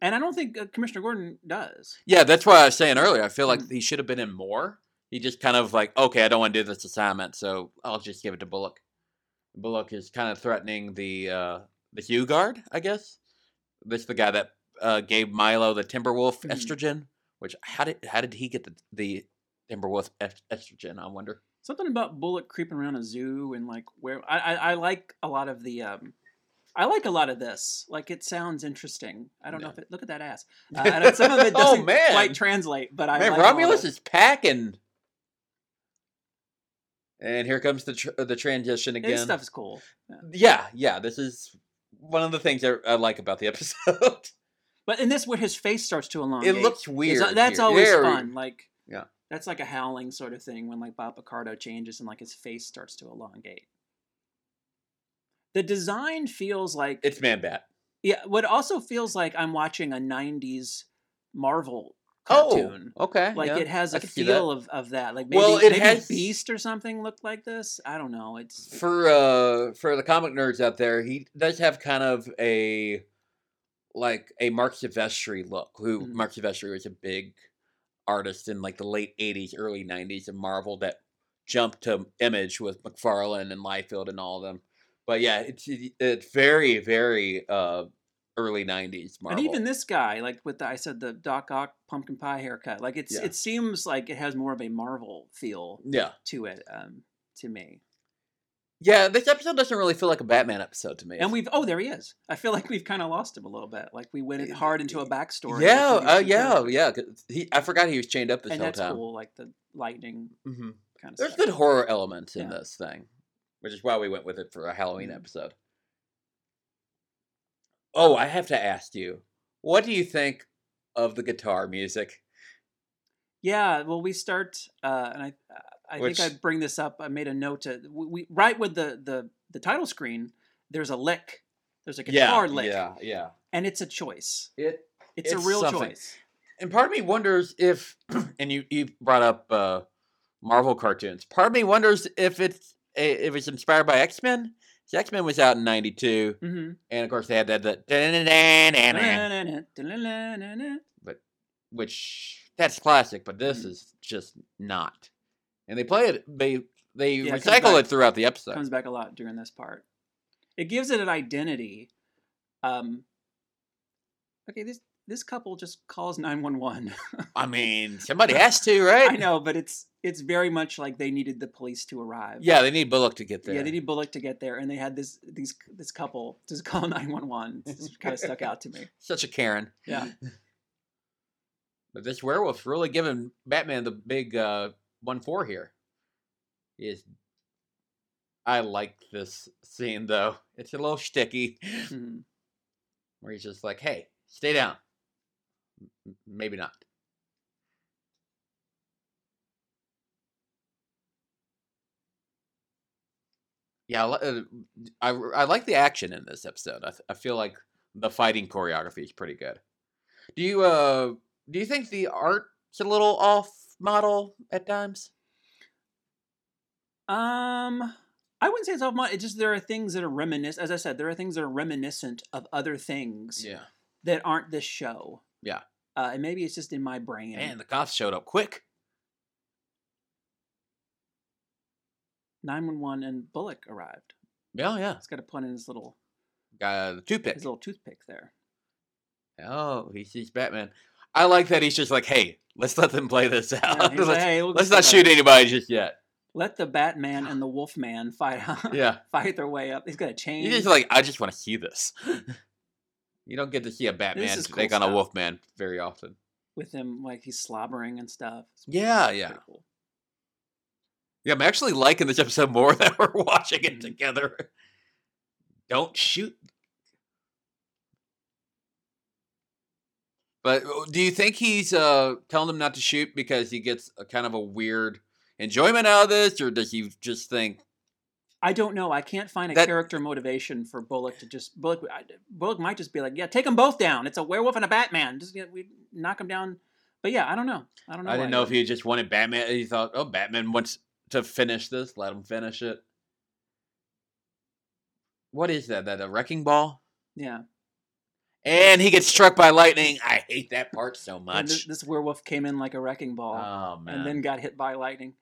C: And I don't think uh, Commissioner Gordon does.
B: Yeah, that's why I was saying earlier. I feel like
C: Mm.
B: he should have been in more. He just kind of like, okay, I don't want to do this assignment, so I'll just give it to Bullock. Bullock is kind of threatening the uh, the Hugh guard, I guess. This the guy that uh, gave Milo the Timberwolf
C: Mhm.
B: estrogen. Which how did how did he get the the Timberwolf est- estrogen? I wonder.
C: Something about Bullock creeping around a zoo and like where I, I, I like a lot of the um, I like a lot of this. Like it sounds interesting. I don't know
B: Yeah.
C: if it look at that ass. Uh, and some of it
B: *laughs*
C: doesn't
B: oh man,
C: quite translate, but I
B: man,
C: like all
B: Romulus
C: of it.
B: is packing. And here comes the tr- the transition again.
C: His stuff is cool.
B: yeah, yeah. This is one of the things I, I like about the *laughs* episode.
C: But in this, where his face starts to elongate,
B: it looks
C: is-
B: weird.
C: That's
B: here.
C: always
B: Very-
C: fun. Like
B: Yeah.
C: that's like a howling sort of thing when like Bob Picardo changes and like his face starts to elongate. The design feels like
B: It's Man Bat.
C: yeah. What also feels like I'm watching a '90s Marvel
B: Oh,
C: cartoon.
B: okay.
C: like
B: yeah.
C: it has
B: I
C: a
B: can see that.
C: feel of, of that. Like maybe,
B: Well, it
C: maybe
B: has-
C: Beast or something looked like this. I don't know. It's
B: for uh for the comic nerds out there, he does have kind of a like a Mark Silvestri look. Who
C: Mhm.
B: Mark Silvestri was a big artist in like the late '80s, early '90s of Marvel that jumped to Image with McFarlane and Liefeld and all of them. But yeah, it's it's very very uh early '90s Marvel.
C: and even this guy like with the I said the Doc Ock pumpkin pie haircut. Like it's
B: Yeah.
C: it seems like it has more of a Marvel feel
B: yeah,
C: to it um, to me.
B: yeah. This episode doesn't really feel like a Batman episode to me.
C: And we've oh there he is. I feel like we've kind of lost him a little bit. Like we went in hard into a backstory.
B: Yeah,
C: that
B: uh,
C: connects him to
B: yeah,
C: it.
B: yeah. 'cause He, I forgot he was chained up this
C: and
B: whole
C: that's
B: time.
C: cool. Like the lightning
B: hmm
C: kind of
B: There's
C: stuff.
B: good horror elements in
C: Yeah.
B: this thing, which is why we went with it for a Halloween
C: Mhm.
B: episode. Oh, I have to ask you, what do you think of the guitar music?
C: Yeah, well, we start, uh, and I, I
B: Which-
C: think I bring this up. I made a note to we, we right with the the the title screen. There's a lick. There's a guitar
B: yeah,
C: lick,
B: yeah, yeah.
C: and it's a choice.
B: It It's
C: It's, a real
B: something.
C: choice.
B: and part of me wonders if, *clears throat* and you you brought up uh, Marvel cartoons. Part of me wonders if it's eh, if it's inspired by X Men. X Men was out in '92,
C: Mm-hmm.
B: and of course they had that. that which that's classic, but this
C: Mhm.
B: is just not. And they play it. They they
C: Yeah, it comes
B: recycle
C: back-
B: it throughout the episode.
C: comes back a lot during this part. It gives it an identity. Um, okay, this this couple just calls nine one one. *laughs*
B: I mean, somebody has to, right?
C: I know, but it's it's very much like they needed the police to arrive.
B: Yeah, they need Bullock to get there.
C: Yeah, they need Bullock to get there, and they had this these this couple just *laughs* call nine one one. Kind of stuck out to me.
B: Such a Karen. *laughs*
C: Yeah.
B: But this werewolf's really giving Batman the big uh, one four here. He is. I like this scene though. It's a little sticky.
C: Mhm.
B: where he's just like, "Hey, stay down." M- m- Maybe not. Yeah, I li- uh, I, r- I like the action in this episode. I, th- I feel like the fighting choreography is pretty good. Do you uh do you think the art's a little off model at times?
C: Um, I wouldn't say it's off my. It's just there are things that are reminiscent. As I said, there are things that are reminiscent of other things
B: Yeah.
C: that aren't this show.
B: Yeah.
C: Uh, and maybe it's just in my brain.
B: Man, the cops showed up quick.
C: Nine one one and Bullock arrived.
B: Yeah, yeah.
C: He's got to put in his little
B: Got the toothpick.
C: his little toothpick
B: *laughs*
C: there.
B: Oh, he sees Batman. I like that he's just like, hey, let's let them play this *laughs*
C: Yeah,
B: out.
C: he's like,
B: let's,
C: "Hey, we'll
B: let's
C: just
B: not
C: let-
B: shoot anybody just yet.
C: *laughs* Let the
B: *sighs*
C: Batman and the Wolfman fight out,
B: Yeah.
C: *laughs* fight their way up. He's got a chain.
B: He's just like, I just want to see this. *laughs* you don't get to see a Batman
C: is cool
B: take on a
C: stuff.
B: Wolfman very often.
C: with him, like he's slobbering and stuff. It's
B: Yeah, yeah.
C: pretty cool.
B: Yeah, I'm actually liking this episode more *laughs* that we're watching
C: Mm-hmm.
B: it together. Don't shoot. But uh, do you think he's uh, telling them not to shoot because he gets a kind of a weird enjoyment out of this, or does he just think,
C: I don't know. I can't find a
B: That-
C: character motivation for Bullock to just Bullock. I, Bullock might just be like, yeah, take them both down. It's a werewolf and a Batman. Just you know, we knock them down. But yeah, I don't know. I don't know.
B: I
C: why
B: didn't know if
C: would.
B: he just wanted Batman. He thought, oh, Batman wants to finish this. Let him finish it. what is that? That a wrecking ball?
C: Yeah.
B: And he gets struck by lightning. I hate that part so
C: And
B: much.
C: this, this werewolf came in like a wrecking ball
B: Oh man.
C: and then got hit by lightning.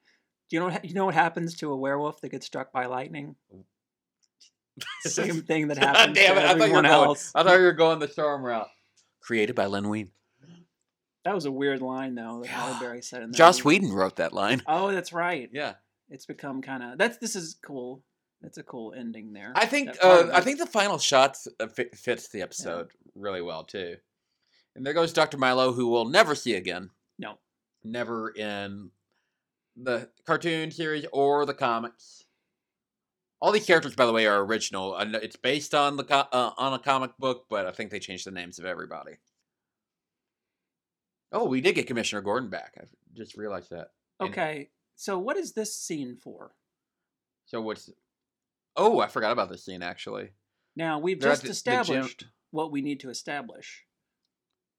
C: Do you know what, you know what happens to a werewolf that gets struck
B: *laughs*
C: by lightning? Same thing that
B: God
C: happens
B: damn
C: to
B: it! I thought, you were
C: everyone
B: going,
C: else.
B: I thought you were going the charm route. Created by Len Wein.
C: That was a weird line though that Halle Berry said in that.
B: Joss
C: movie.
B: Whedon wrote that line.
C: Oh, that's right.
B: Yeah,
C: It's become kind of that's this is cool. That's a cool ending there.
B: I think
C: That part
B: uh,
C: of
B: I
C: it.
B: think the final shot uh, fits the episode really well too. And there goes Doctor Milo, who we'll never see again.
C: No.
B: never in the cartoon series or the comics. All these characters, by the way, are original. I know It's based on the co- uh, on a comic book, but I think they changed the names of everybody. Oh, we did get Commissioner Gordon back. I just realized that. And-
C: Okay, so what is this scene for?
B: So what's? Oh, I forgot about this scene actually.
C: Now we've
B: They're at
C: just
B: the- the gym.
C: established what we need to establish.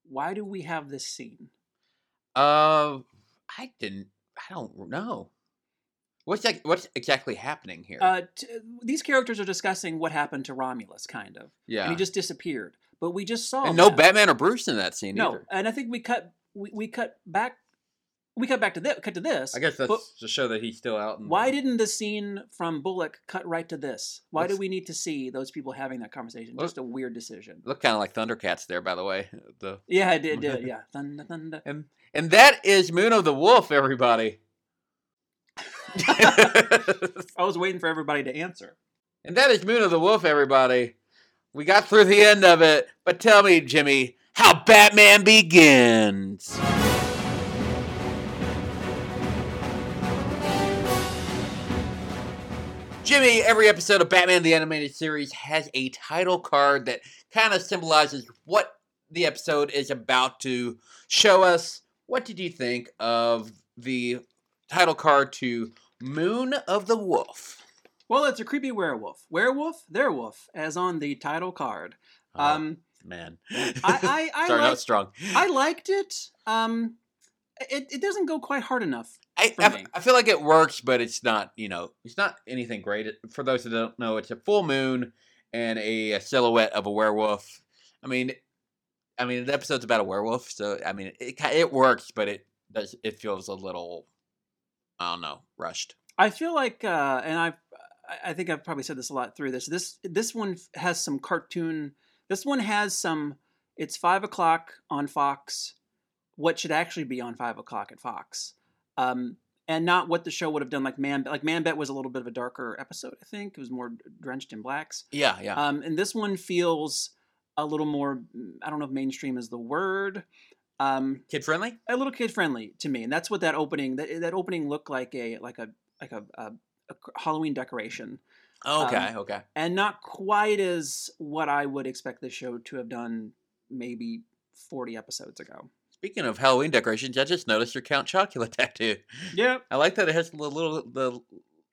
C: Why do we have this scene?
B: Uh, I didn't. I don't know. What's that, what's exactly happening here?
C: Uh, t- these characters are discussing what happened to Romulus, kind of,
B: yeah,
C: and he just disappeared. But we just saw
B: And no
C: that.
B: Batman or Bruce in that scene
C: No,
B: either.
C: and I think we cut we, we cut back we cut back to this cut to this.
B: I guess mm. that's
C: but-
B: to show that he's still out. In
C: Why
B: the-
C: didn't the scene from Bullock cut right to this? Why do
B: Let's-
C: we need to see those people having that conversation?
B: Let's-
C: Just a weird decision.
B: look kind of like Thundercats there, by the way. The
C: Yeah, it did.
B: *laughs*
C: did yeah, thunder, thunder.
B: and and that is Muno the Wolf,
C: *laughs*
B: everybody. *laughs*
C: I was waiting for everybody to answer.
B: And that is Moon of the Wolf, everybody. We got through the end of it, but tell me, Jimmy, how Batman begins. Jimmy, every episode of Batman the Animated Series has a title card that kind of symbolizes what the episode is about to show us. What did you think of the title card to Moon of the Wolf?
C: Well, it's a creepy werewolf. Werewolf, their wolf, as on the title card.
B: Uh-huh.
C: Um,
B: man. *laughs*
C: I- I
B: Sorry, that
C: like-
B: was strong.
C: I
B: I,
C: liked it. Um, it, it doesn't go quite hard enough.
B: I,
C: for me.
B: I feel like it works, but it's not, you know, it's not anything great. It- For those that don't know, it's a full moon and a, a silhouette of a werewolf. I mean, I mean, the episode's about a werewolf, so I mean, it ki- it works, but it does it feels a little, I don't know, rushed.
C: I feel like, uh, and I've, I- I think I've probably said this a lot through this. This this one f- has some cartoon. This one has some. It's five o'clock on Fox. What should actually be on five o'clock at Fox, um, and not what the show would have done. Like Man, like Man Bet was a little bit of a darker episode. I think it was more drenched in blacks.
B: Yeah, yeah.
C: Um, and this one feels a little more. mm, I don't know if mainstream is the word. Um,
B: Kid friendly?
C: a little kid friendly to me, and that's what that opening that, that opening looked like a like a like a, a, a Halloween decoration, um,
B: Okay, okay.
C: and not quite as what I would expect the show to have done maybe forty episodes ago.
B: Speaking of Halloween decorations, I just noticed your Count Chocula *laughs* tattoo.
C: Yep.
B: I like that it has the little the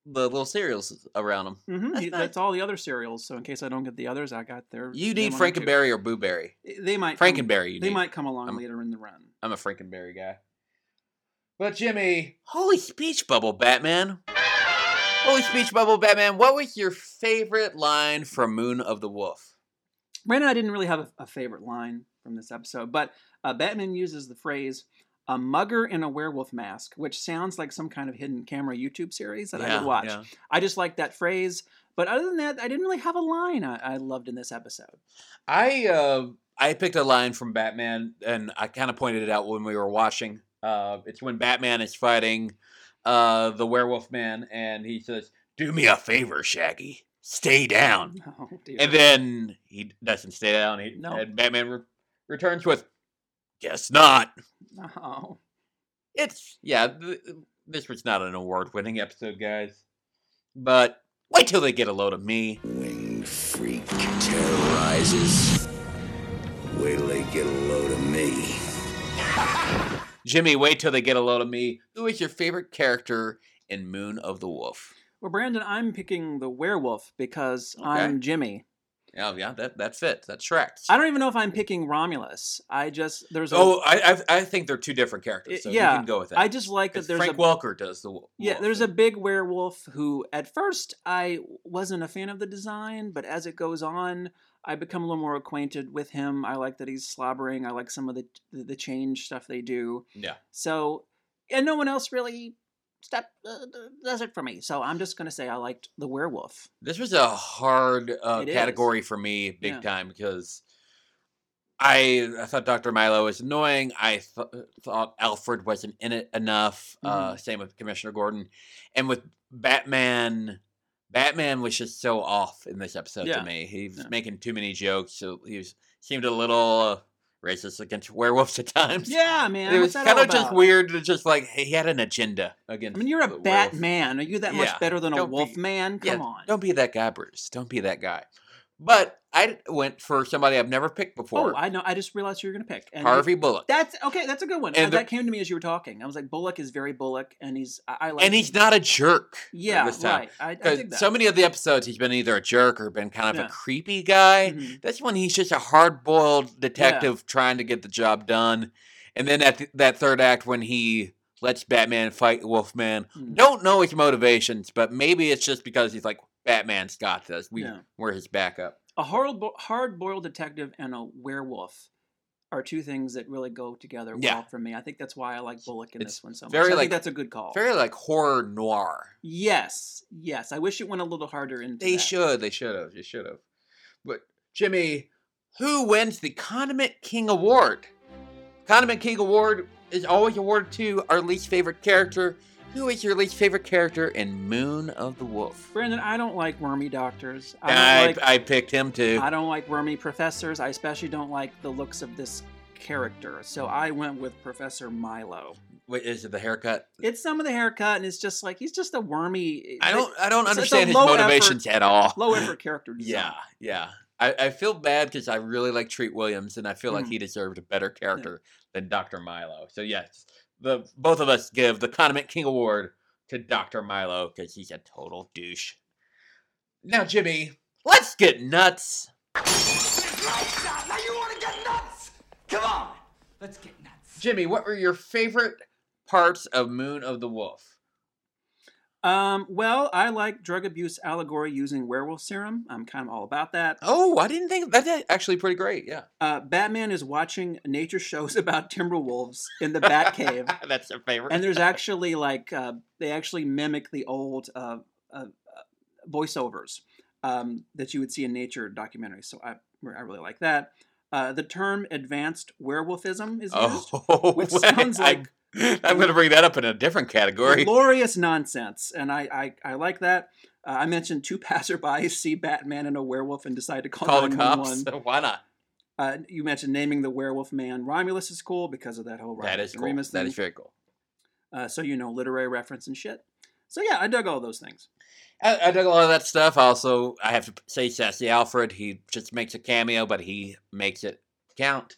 B: the little cereals around them.
C: hmm
B: That's
C: That's,
B: nice.
C: all the other cereals. So in case I don't get the others, I got their.
B: You
C: them
B: need
C: on YouTube.
B: Frankenberry or Blueberry.
C: They might. come-
B: Frankenberry, you
C: They
B: need.
C: might come along
B: I'm-
C: later in the run.
B: I'm a Frankenberry guy. But Jimmy, holy speech bubble, Batman! Holy speech bubble, Batman! What was your favorite line from Moon of the Wolf?
C: Brandon, I didn't really have a, a favorite line from this episode, but uh, Batman uses the phrase "a mugger in a werewolf mask," which sounds like some kind of hidden camera YouTube series that I would watch.
B: yeah.
C: I just like that phrase, but other than that, I didn't really have a line I, I loved in this episode. *laughs*
B: I uh,
C: um,
B: I picked a line from Batman, and I kind of pointed it out when we were watching. Uh, it's when Batman is fighting uh, the werewolf man, and he says, "Do me a favor, Shaggy, stay down."
C: Oh, dear.
B: And then he doesn't stay down. He,
C: No.
B: And Batman re- returns with, "Guess not."
C: *laughs* oh,
B: It's yeah. Th- this was not an award-winning episode, guys. But wait till they get a load of me.
D: Winged freak terrorizes. Wait till they get a load of me.
B: Jimmy, wait till they get a load of me. Who is your favorite character in Moon of the Wolf?
C: well, Brandon, I'm picking the werewolf because
B: Okay.
C: I'm Jimmy,
B: Oh yeah, that that fits. That tracks.
C: I don't even know if I'm picking Romulus. I just there's a
B: oh, I, I I think they're two different characters. So
C: Yeah,
B: you can go with that.
C: I just like that
B: 'Cause
C: there's
B: Frank
C: a
B: Welker does the wolf.
C: yeah there's a
B: wolf.
C: big werewolf who at first I wasn't a fan of the design, but as it goes on, I become a little more acquainted with him. I like that he's slobbering. I like some of the the, the change stuff they do.
B: yeah.
C: So and no one else really step uh, does it for me. So I'm just gonna say I liked the werewolf.
B: This was a hard uh,
C: It is.
B: category for me, big
C: Yeah.
B: time, because I I thought Doctor Milo was annoying. I th- uh, thought Alfred wasn't in it enough.
C: Mm-hmm.
B: Uh, same with Commissioner Gordon, and with Batman. Batman was just so off in this episode
C: Yeah.
B: to me. He was
C: Yeah.
B: making too many jokes. So he was, seemed a little uh, racist against werewolves at *laughs* times.
C: Yeah, man.
B: it
C: what's
B: was
C: that
B: kind of
C: all
B: just
C: about?
B: weird. to Just like he had an agenda against.
C: I mean, you're
B: the
C: a
B: werewolf.
C: Batman. Are you that
B: Yeah,
C: much better than a
B: don't be-
C: wolf man?
B: yeah,
C: Come on.
B: Don't be that guy, Bruce. Don't be that guy. But I d- went for somebody I've never picked before,
C: Oh, I know. I just realized you were gonna pick and
B: Harvey Bullock,
C: That's okay. That's a good one.
B: And
C: Uh,
B: the-
C: that came to me as you were talking. I was like, Bullock is very Bullock, and he's I, I like.
B: and he's not a jerk.
C: yeah,
B: this time.
C: right. I, I
B: 'Cause
C: dig that.
B: so many of the episodes, he's been either a jerk or been kind of
C: Yeah.
B: a creepy guy.
C: Mhm.
B: This one, he's just a hard-boiled detective trying to get the job done. And then at th- that third act, when he lets Batman fight Wolfman,
C: Mhm.
B: don't know his motivations, but maybe it's just because he's like Batman's got this. We
C: Yeah.
B: we're his backup.
C: A hard hard boiled detective and a werewolf are two things that really go together
B: Yeah.
C: well for me. I think that's why I like Bullock in
B: It's
C: this one so much.
B: very,
C: I
B: like,
C: think that's a good call.
B: Very like horror noir.
C: yes, yes. I wish it went a little harder into.
B: They
C: that.
B: should. They should have. They should have. But Jimmy, who wins the Condiment King Award? Condiment King Award is always awarded to our least favorite character. Who is your least favorite character in Moon of the Wolf?
C: Brandon, I don't like wormy doctors. I don't
B: I,
C: like
B: I picked him too.
C: I don't like wormy professors. I especially don't like the looks of this character. So I went with Professor Milo.
B: Wait, is it the haircut?
C: It's some of the haircut, and it's just like he's just a wormy.
B: I don't. I don't
C: it's a
B: understand his
C: low effort-
B: motivations at all. *clears throat*
C: low effort character design.
B: Yeah, yeah. I, I feel bad because I really like Treat Williams, and I feel like
C: Mhm.
B: he deserved a better character than Dr. Milo. So yes, the both of us give the Condiment King Award to Dr. Milo because he's a total douche. Now, Jimmy, let's get nuts.
E: Now you want to get nuts? Come on, let's get nuts.
B: Jimmy, what were your favorite parts of Moon of the Wolf?
C: Um. Well, I like drug abuse allegory using werewolf serum. I'm kind of all about that.
B: Oh, I didn't think that's a- actually pretty great. Yeah,
C: Uh, Batman is watching nature shows *laughs* about timberwolves in the
B: *laughs*
C: Batcave,
B: that's your favorite.
C: and there's actually like uh, they actually mimic the old uh, uh, uh, voiceovers um, that you would see in nature documentaries. So I I really like that. Uh, the term advanced werewolfism is used.
B: *laughs* oh,
C: which sounds like-
B: I, am going to bring that up in a different category.
C: glorious nonsense, and I I, I like that. Uh, I mentioned two *laughs* passerbys see Batman and a werewolf and decide to call,
B: Call the cops.
C: 911.
B: *laughs* Why not?
C: Uh, you mentioned naming the werewolf man Romulus is cool because of that whole
B: That
C: Romulus
B: is
C: and
B: cool.
C: Remus
B: That
C: thing.
B: is very cool.
C: uh, so you know literary reference and shit. So yeah, I dug all those things.
B: I, I dug a lot of that stuff. Also, I have to say, Sassy Alfred, he just makes a cameo, but he makes it count.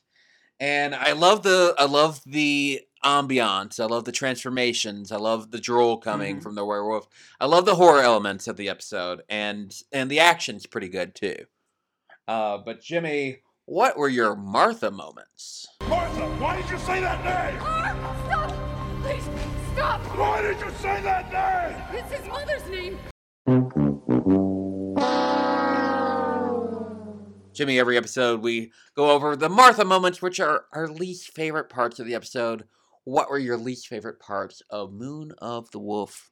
B: And I love the I love the ambiance. I love the transformations. I love the drool coming
C: Mhm.
B: from the werewolf. I love the horror elements of the episode, and and the action's pretty good too. Uh, but Jimmy, what were your Martha moments?
A: Martha, why did you say that name?
F: Ah, stop! Please, stop!
A: Why did you say that name?
F: It's his mother's name.
B: Jimmy, every episode we go over the Martha moments, which are our least favorite parts of the episode. What were your least favorite parts of Moon of the Wolf?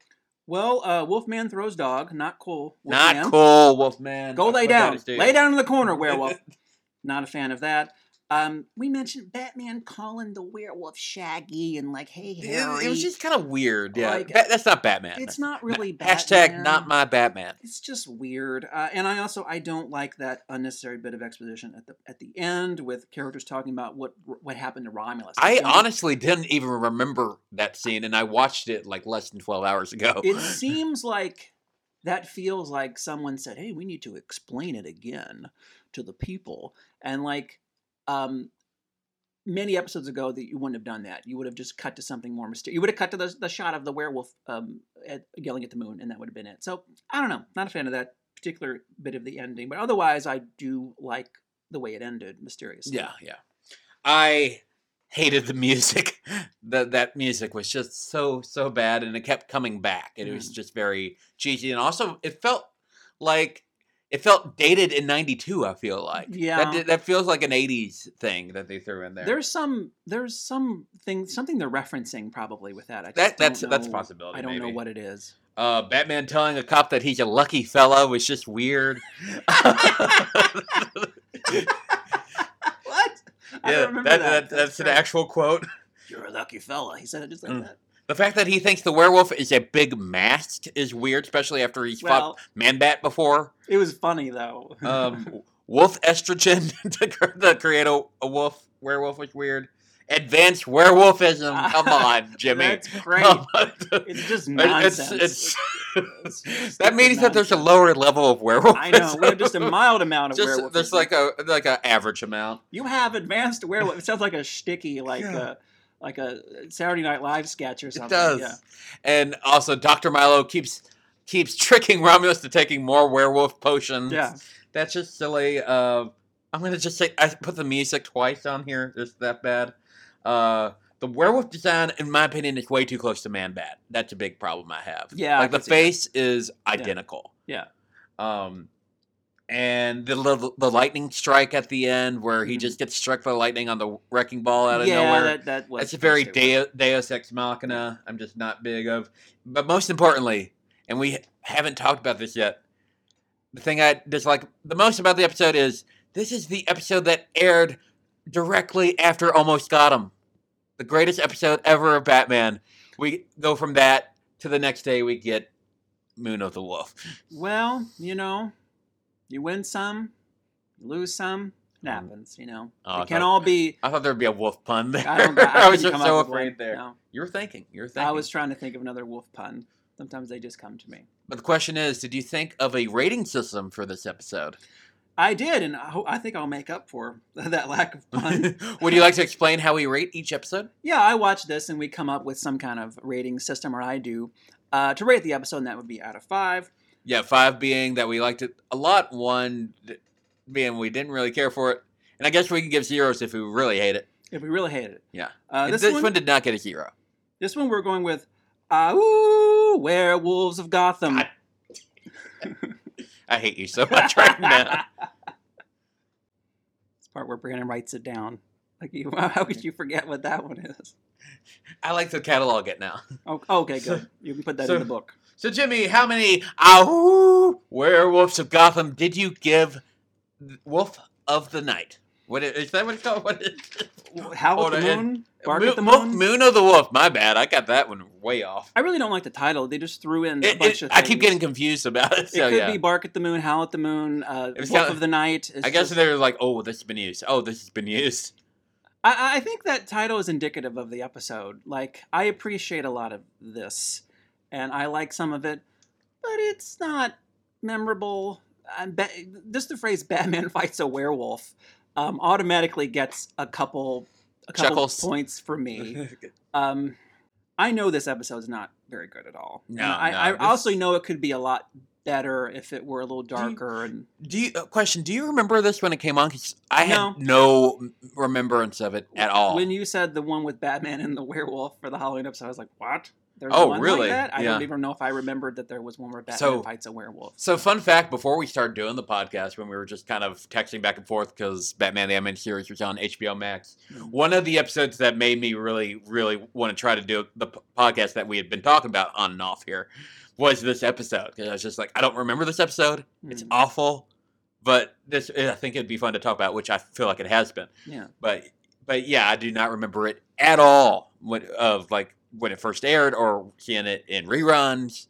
C: Well, uh, Wolfman throws dog, not cool.
B: Not
C: Wolfman.
B: cool, Wolfman.
C: Go
B: That's
C: lay
B: what that
C: down.
B: is, dude.
C: Lay down in
B: *laughs*
C: the corner, werewolf. Not a fan of that. Um, we mentioned Batman calling the werewolf Shaggy and like, hey
B: It-
C: Harry.
B: It, was just kind of weird. Yeah,
C: Like,
B: Ba- that's not Batman.
C: it's
B: That's-
C: not
B: *laughs*
C: really
B: Hashtag not
C: Batman.
B: my Batman.
C: it's just weird uh, and i also i don't like that unnecessary bit of exposition at the at the end with characters talking about what what happened to romulus
B: I
C: don't-
B: honestly didn't even remember that scene, and I watched it like less than twelve hours ago. *laughs*
C: it seems like that feels like someone said hey we need to explain it again to the people and like um many episodes ago that you wouldn't have done that you would have just cut to something more mysterious you would have cut to the, the shot of the werewolf um at, yelling at the moon and that would have been it so i don't know not a fan of that particular bit of the ending, but otherwise, I do like the way it ended mysteriously.
B: Yeah, yeah. I hated the music. *laughs* that that music was just so so bad, and it kept coming back, and it was
C: Mm.
B: just very cheesy. And also, it felt like it felt dated in '92. I feel like
C: Yeah.
B: that did- that feels like an '80s thing that they threw in there.
C: There's some there's some thing something they're referencing probably with that. I just
B: That-
C: don't
B: that's- that's a
C: know-
B: possibility,
C: I don't know
B: maybe.
C: what it is.
B: uh, Batman telling a cop that he's a lucky fella was just weird.
C: What? *laughs* I
B: *laughs* Yeah,
C: don't remember
B: that- that-
C: that.
B: that's an
C: right.
B: actual quote.
C: You're a lucky fella. He said it just like
B: Mm.
C: that.
B: The fact that he thinks the werewolf is a big mask is weird, especially after he's
C: Well,
B: fought Man Bat
C: *laughs*
B: before.
C: it was funny though. *laughs*
B: um, wolf estrogen *laughs* to, cr- to create a, a wolf werewolf was weird. Advanced
C: *laughs*
B: werewolfism. Come on, Jimmy.
C: that's great.
B: *laughs* Come on. *laughs*
C: It's just
B: Um, It-
C: nonsense.
B: it's-
C: It's-
B: *laughs*
C: it's
B: that means that there's a lower level of werewolf.
C: I know
B: *laughs*
C: we're just a mild amount of
B: just
C: werewolf.
B: there's like a like an average amount.
C: you have advanced werewolf. It sounds like a shticky, like
B: Yeah.
C: a like a Saturday Night Live sketch or something.
B: It does.
C: Yeah.
B: And also, Doctor Milo keeps keeps tricking Romulus to taking more werewolf potions.
C: Yeah.
B: that's just silly. Uh, I'm gonna just say I put the music twice on here. It's that bad. Uh, the werewolf design, in my opinion, is way too close to Man Bat. That's a big problem I have.
C: Yeah, I
B: like the
C: can see that.
B: face is identical.
C: Yeah.
B: Um, and the little- the lightning strike at the end where he
C: Mhm.
B: just gets struck by lightning on the wrecking ball out of
C: yeah,
B: nowhere.
C: that that was.
B: That's a very
C: stupid.
B: deo, Deus Ex Machina. I'm just not big of. But most importantly, and we haven't talked about this yet, the thing I dislike the most about the episode is this is the episode that aired directly after Almost Got Him, the greatest episode ever of Batman. We go from that to the next day we get Moon of the Wolf.
C: Well, you know, you win some, you lose some. It happens, you know.
B: Mm. Oh, I
C: it can
B: thought-
C: all be.
B: I thought there'd be a wolf pun there. *laughs*
C: I don't. I, couldn't
B: was just
C: come
B: so
C: up with one.
B: afraid there.
C: No.
B: You were thinking. You were thinking.
C: I was trying to think of another wolf pun. Sometimes they just come to me.
B: But the question is, did you think of a rating system for this episode?
C: I did, and I, ho- I think I'll make up for *laughs* that lack
B: *laughs*
C: of pun.
B: Would you like to explain how we rate each episode?
C: yeah, I watch this, and we come up with some kind of rating system, or I do, uh, to rate the episode, and that would be out of five.
B: Yeah, five being that we liked it a lot, one d- being we didn't really care for it, and I guess we can give zeros if we really hate it.
C: If we really hate it,
B: Yeah,
C: uh,
B: And
C: this, one,
B: did not get a zero.
C: this one, we're going with, ah, ooh, werewolves of
B: *laughs*
C: Gotham.
B: God I hate you so much
C: *laughs*
B: right now.
C: It's the part where Brandon writes it down. Like, *laughs* you, how could you forget what that one is?
B: I like to catalog it now.
C: Oh, okay, good. You can put that
B: So-
C: in the book.
B: So, Jimmy, how many Ahoo werewolves of Gotham did you give th- Wolf of the Night? What i- is that? What it's called? What is
C: Howl
B: Hold
C: at
B: on,
C: the
B: oh, and-
C: moon, bark
B: moon,
C: at the
B: Mo-
C: moon.
B: Moon of the Wolf. My bad. I got that one way off.
C: I really don't like the title. They just threw in a
B: It- it-
C: bunch of.
B: I keep
C: things.
B: getting confused about it.
C: It
B: So
C: could
B: yeah.
C: be Bark at the Moon, Howl at the Moon, uh,
B: It was
C: Wolf
B: kinda-
C: of the Night. It's
B: I guess
C: just-
B: they're like, oh, this has been used. Oh, this has been used.
C: *laughs* I, I think that title is indicative of the episode. Like, I appreciate a lot of this, and I like some of it, but it's not memorable. I bet just the phrase "Batman *laughs* fights a werewolf" um, automatically gets a couple a couple
B: Chuckles. Mm-hmm.
C: points for me. um, I know this episode's not very good at all.
B: No,
C: And I,
B: no,
C: I
B: this-
C: also know it could be a lot better if it were a little darker and
B: Do you uh, question? Do you remember this when it came on? 'Cause I
C: No.
B: had no m- remembrance of it at all.
C: When you said the one with Batman and the werewolf for the Halloween episode, I was like, "What? There's
B: Oh,
C: one
B: really?
C: like that? I don't
B: Yeah.
C: even know if I remembered that there was one where Batman
B: So-
C: fights a werewolf."
B: so, fun fact: before we started doing the podcast, when we were just kind of texting back and forth because Batman the Animated Series was on HBO Max,
C: Mhm.
B: one of the episodes that made me really, really want to try to do the p- podcast that we had been talking about on and off here was this episode because I was just like, I don't remember this episode. It's
C: Mm,
B: awful, but this eh, I think it'd be fun to talk about, which I feel like it has been.
C: yeah.
B: but but yeah, I do not remember it at all when, of like when it first aired or seeing it in reruns,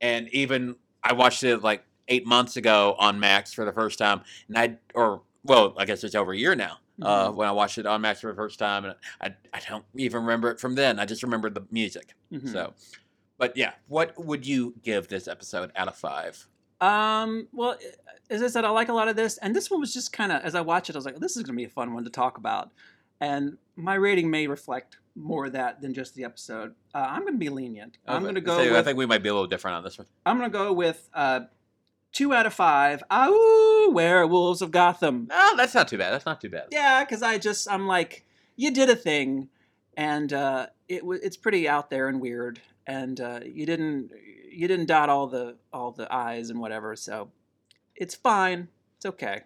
B: and even I watched it like eight months ago on Max for the first time, and I or well, I guess it's over a year now. Uh,
C: Mhm.
B: when I watched it on Max for the first time, and I I don't even remember it from then. I just remember the music.
C: mhm.
B: So, but yeah, what would you give this episode out of five?
C: um, well, as I said, I like a lot of this, and this one was just kind of as I watched it, I was like, "This is going to be a fun one to talk about," and my rating may reflect more of that than just the episode. Uh, I'm going to be lenient. I'm going to go.
B: So I
C: with,
B: think we might be a little different on this one.
C: I'm going to go with uh, two out of five. Ow, werewolves of Gotham.
B: Oh, that's not too bad. That's not too bad.
C: Yeah, because I just I'm like, you did a thing, and uh, it wa it's pretty out there and weird, and uh, you didn't you didn't dot all the all the i's and whatever, so it's fine. It's okay.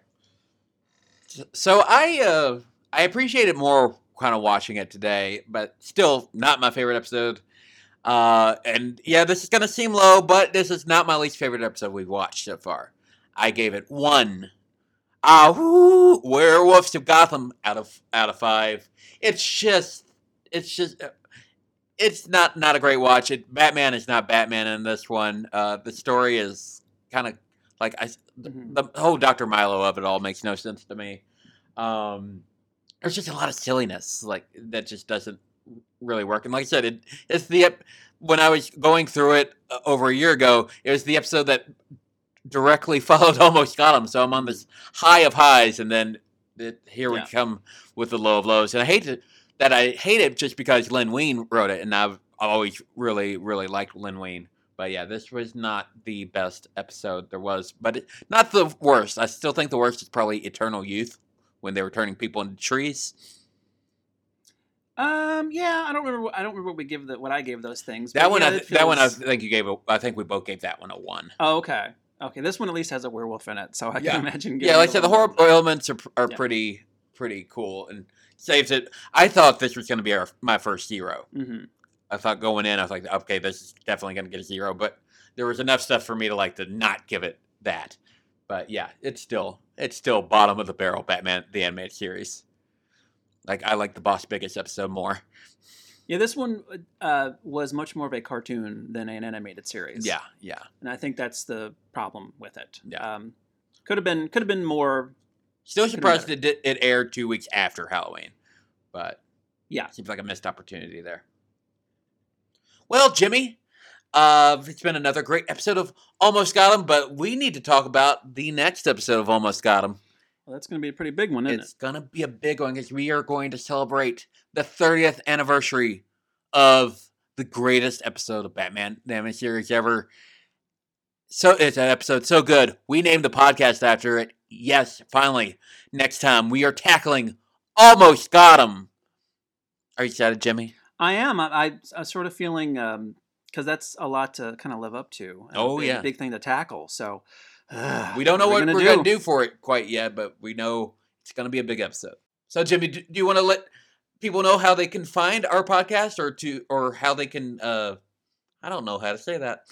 B: So I uh I appreciate it more kind of watching it today, but still not my favorite episode. Uh and yeah, this is gonna seem low, but this is not my least favorite episode we've watched so far. I gave it one Ah woo, werewolves of Gotham out of out of five. It's just it's just uh, it's not not a great watch. It Batman is not Batman in this one. Uh the story is kind of like I s-
C: Mhm.
B: the whole Dr. Milo of it all makes no sense to me. Um, there's just a lot of silliness like that just doesn't really work. And like I said, it, it's the ep- when I was going through it uh, over a year ago, it was the episode that directly *laughs* followed Almost Gotham. So I'm on this high of highs, and then it, here we
C: Yeah.
B: come with the low of lows. And I hate to, that I hate it just because Lynn Wein wrote it, and I've always really really liked Lynn Wein. But yeah, this was not the best episode there was, but it, not the worst. I still think the worst is probably Eternal Youth when they were turning people into trees.
C: Um, yeah, I don't remember. what- I don't remember what we give the what I gave those things.
B: That
C: but
B: one,
C: yeah,
B: I
C: it
B: th- that one, I
C: feels-
B: think you gave. A, I think we both gave that one a one.
C: Oh, okay. Okay, this one at least has a werewolf in it, so I
B: Yeah.
C: can imagine.
B: Yeah, like I said, the
C: horror.
B: horrible elements are, pr- are
C: Yeah.
B: pretty pretty cool and saves it. I thought this was going to be our, my first zero.
C: hmm
B: I thought going in, I was like, okay, this is definitely going to get a zero. But there was enough stuff for me to like to not give it that. But yeah, it's still it's still bottom of the barrel Batman the animated series. Like I like the Boss Biggest episode more.
C: Yeah, this one uh, was much more of a cartoon than an animated series.
B: Yeah, yeah.
C: and I think that's the problem with it.
B: Yeah.
C: Um, could have been could have been more.
B: Still
C: been
B: surprised
C: better.
B: it did, it aired two weeks after Halloween, but
C: Yeah.
B: seems like a missed opportunity there. Well, Jimmy, uh, it's been another great episode of Almost Got 'Em, but we need to talk about the next episode of Almost Got 'Em.
C: Well, that's going to be a pretty big one, isn't
B: It's gonna be a big one because we are going to celebrate the 30th anniversary of the greatest episode of Batman the Animated Series ever. So it's an episode so good. We named the podcast after it. Yes, finally. Next time we are tackling almost got him. Are you excited, Jimmy?
C: it? I am. I, I I'm sort of feeling because that's a lot to kind of live up to. and a
B: Oh,
C: big-
B: yeah.
C: big thing to tackle. So *sighs* uh,
B: We don't know what we're gonna do for it quite yet, but we know it's gonna be a big episode. So, Jimmy, do, do you want to let people know how they can find our podcast, or to, or how they can? uh I don't know how to say that.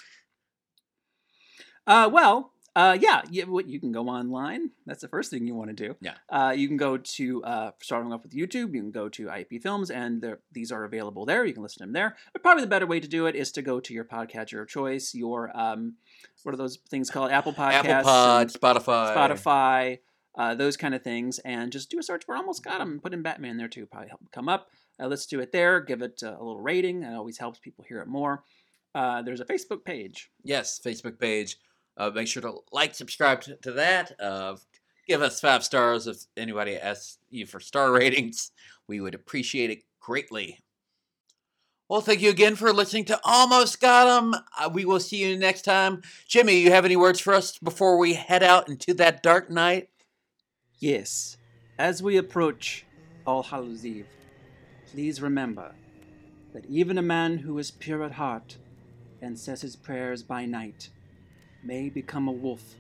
C: Uh, well, uh, yeah, you, what- you can go online. That's the first thing you want to do.
B: Yeah.
C: Uh, you can go to, uh, starting off with YouTube, you can go to IEP Films, and there, these are available there. You can listen to them there. But probably the better way to do it is to go to your podcatcher of choice, your, um, what are those things called? Apple Podcasts.
B: Apple Pod,
C: and
B: Spotify,
C: Spotify, uh, those kind of things, and just do a search for Almost Got 'Em. Put in Batman there too, probably help it come up. Uh, let's do it there. Give it uh, a little rating. It always helps people hear it more. Uh, there's a Facebook page.
B: Yes, Facebook page. Uh, make sure to like, subscribe to, to that. Uh, give us five stars if anybody asks you for star *laughs* ratings. We would appreciate it greatly. Well, thank you again for listening to Almost Got 'Em. Uh, we will see you next time. Jimmy, you have any words for us before we head out into that dark night?
C: Yes, as we approach All Hallows Eve, please remember that even a man who is pure at heart and says his prayers by night may become a wolf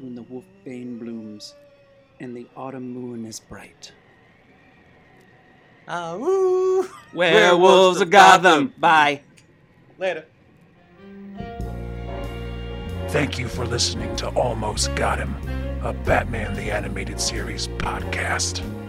C: when the wolfbane blooms and the autumn moon is bright.
B: Uh, woo.
C: Werewolves of Gotham! Bye!
B: Later.
A: Thank you for listening to Almost Got Him, a Batman the Animated Series podcast.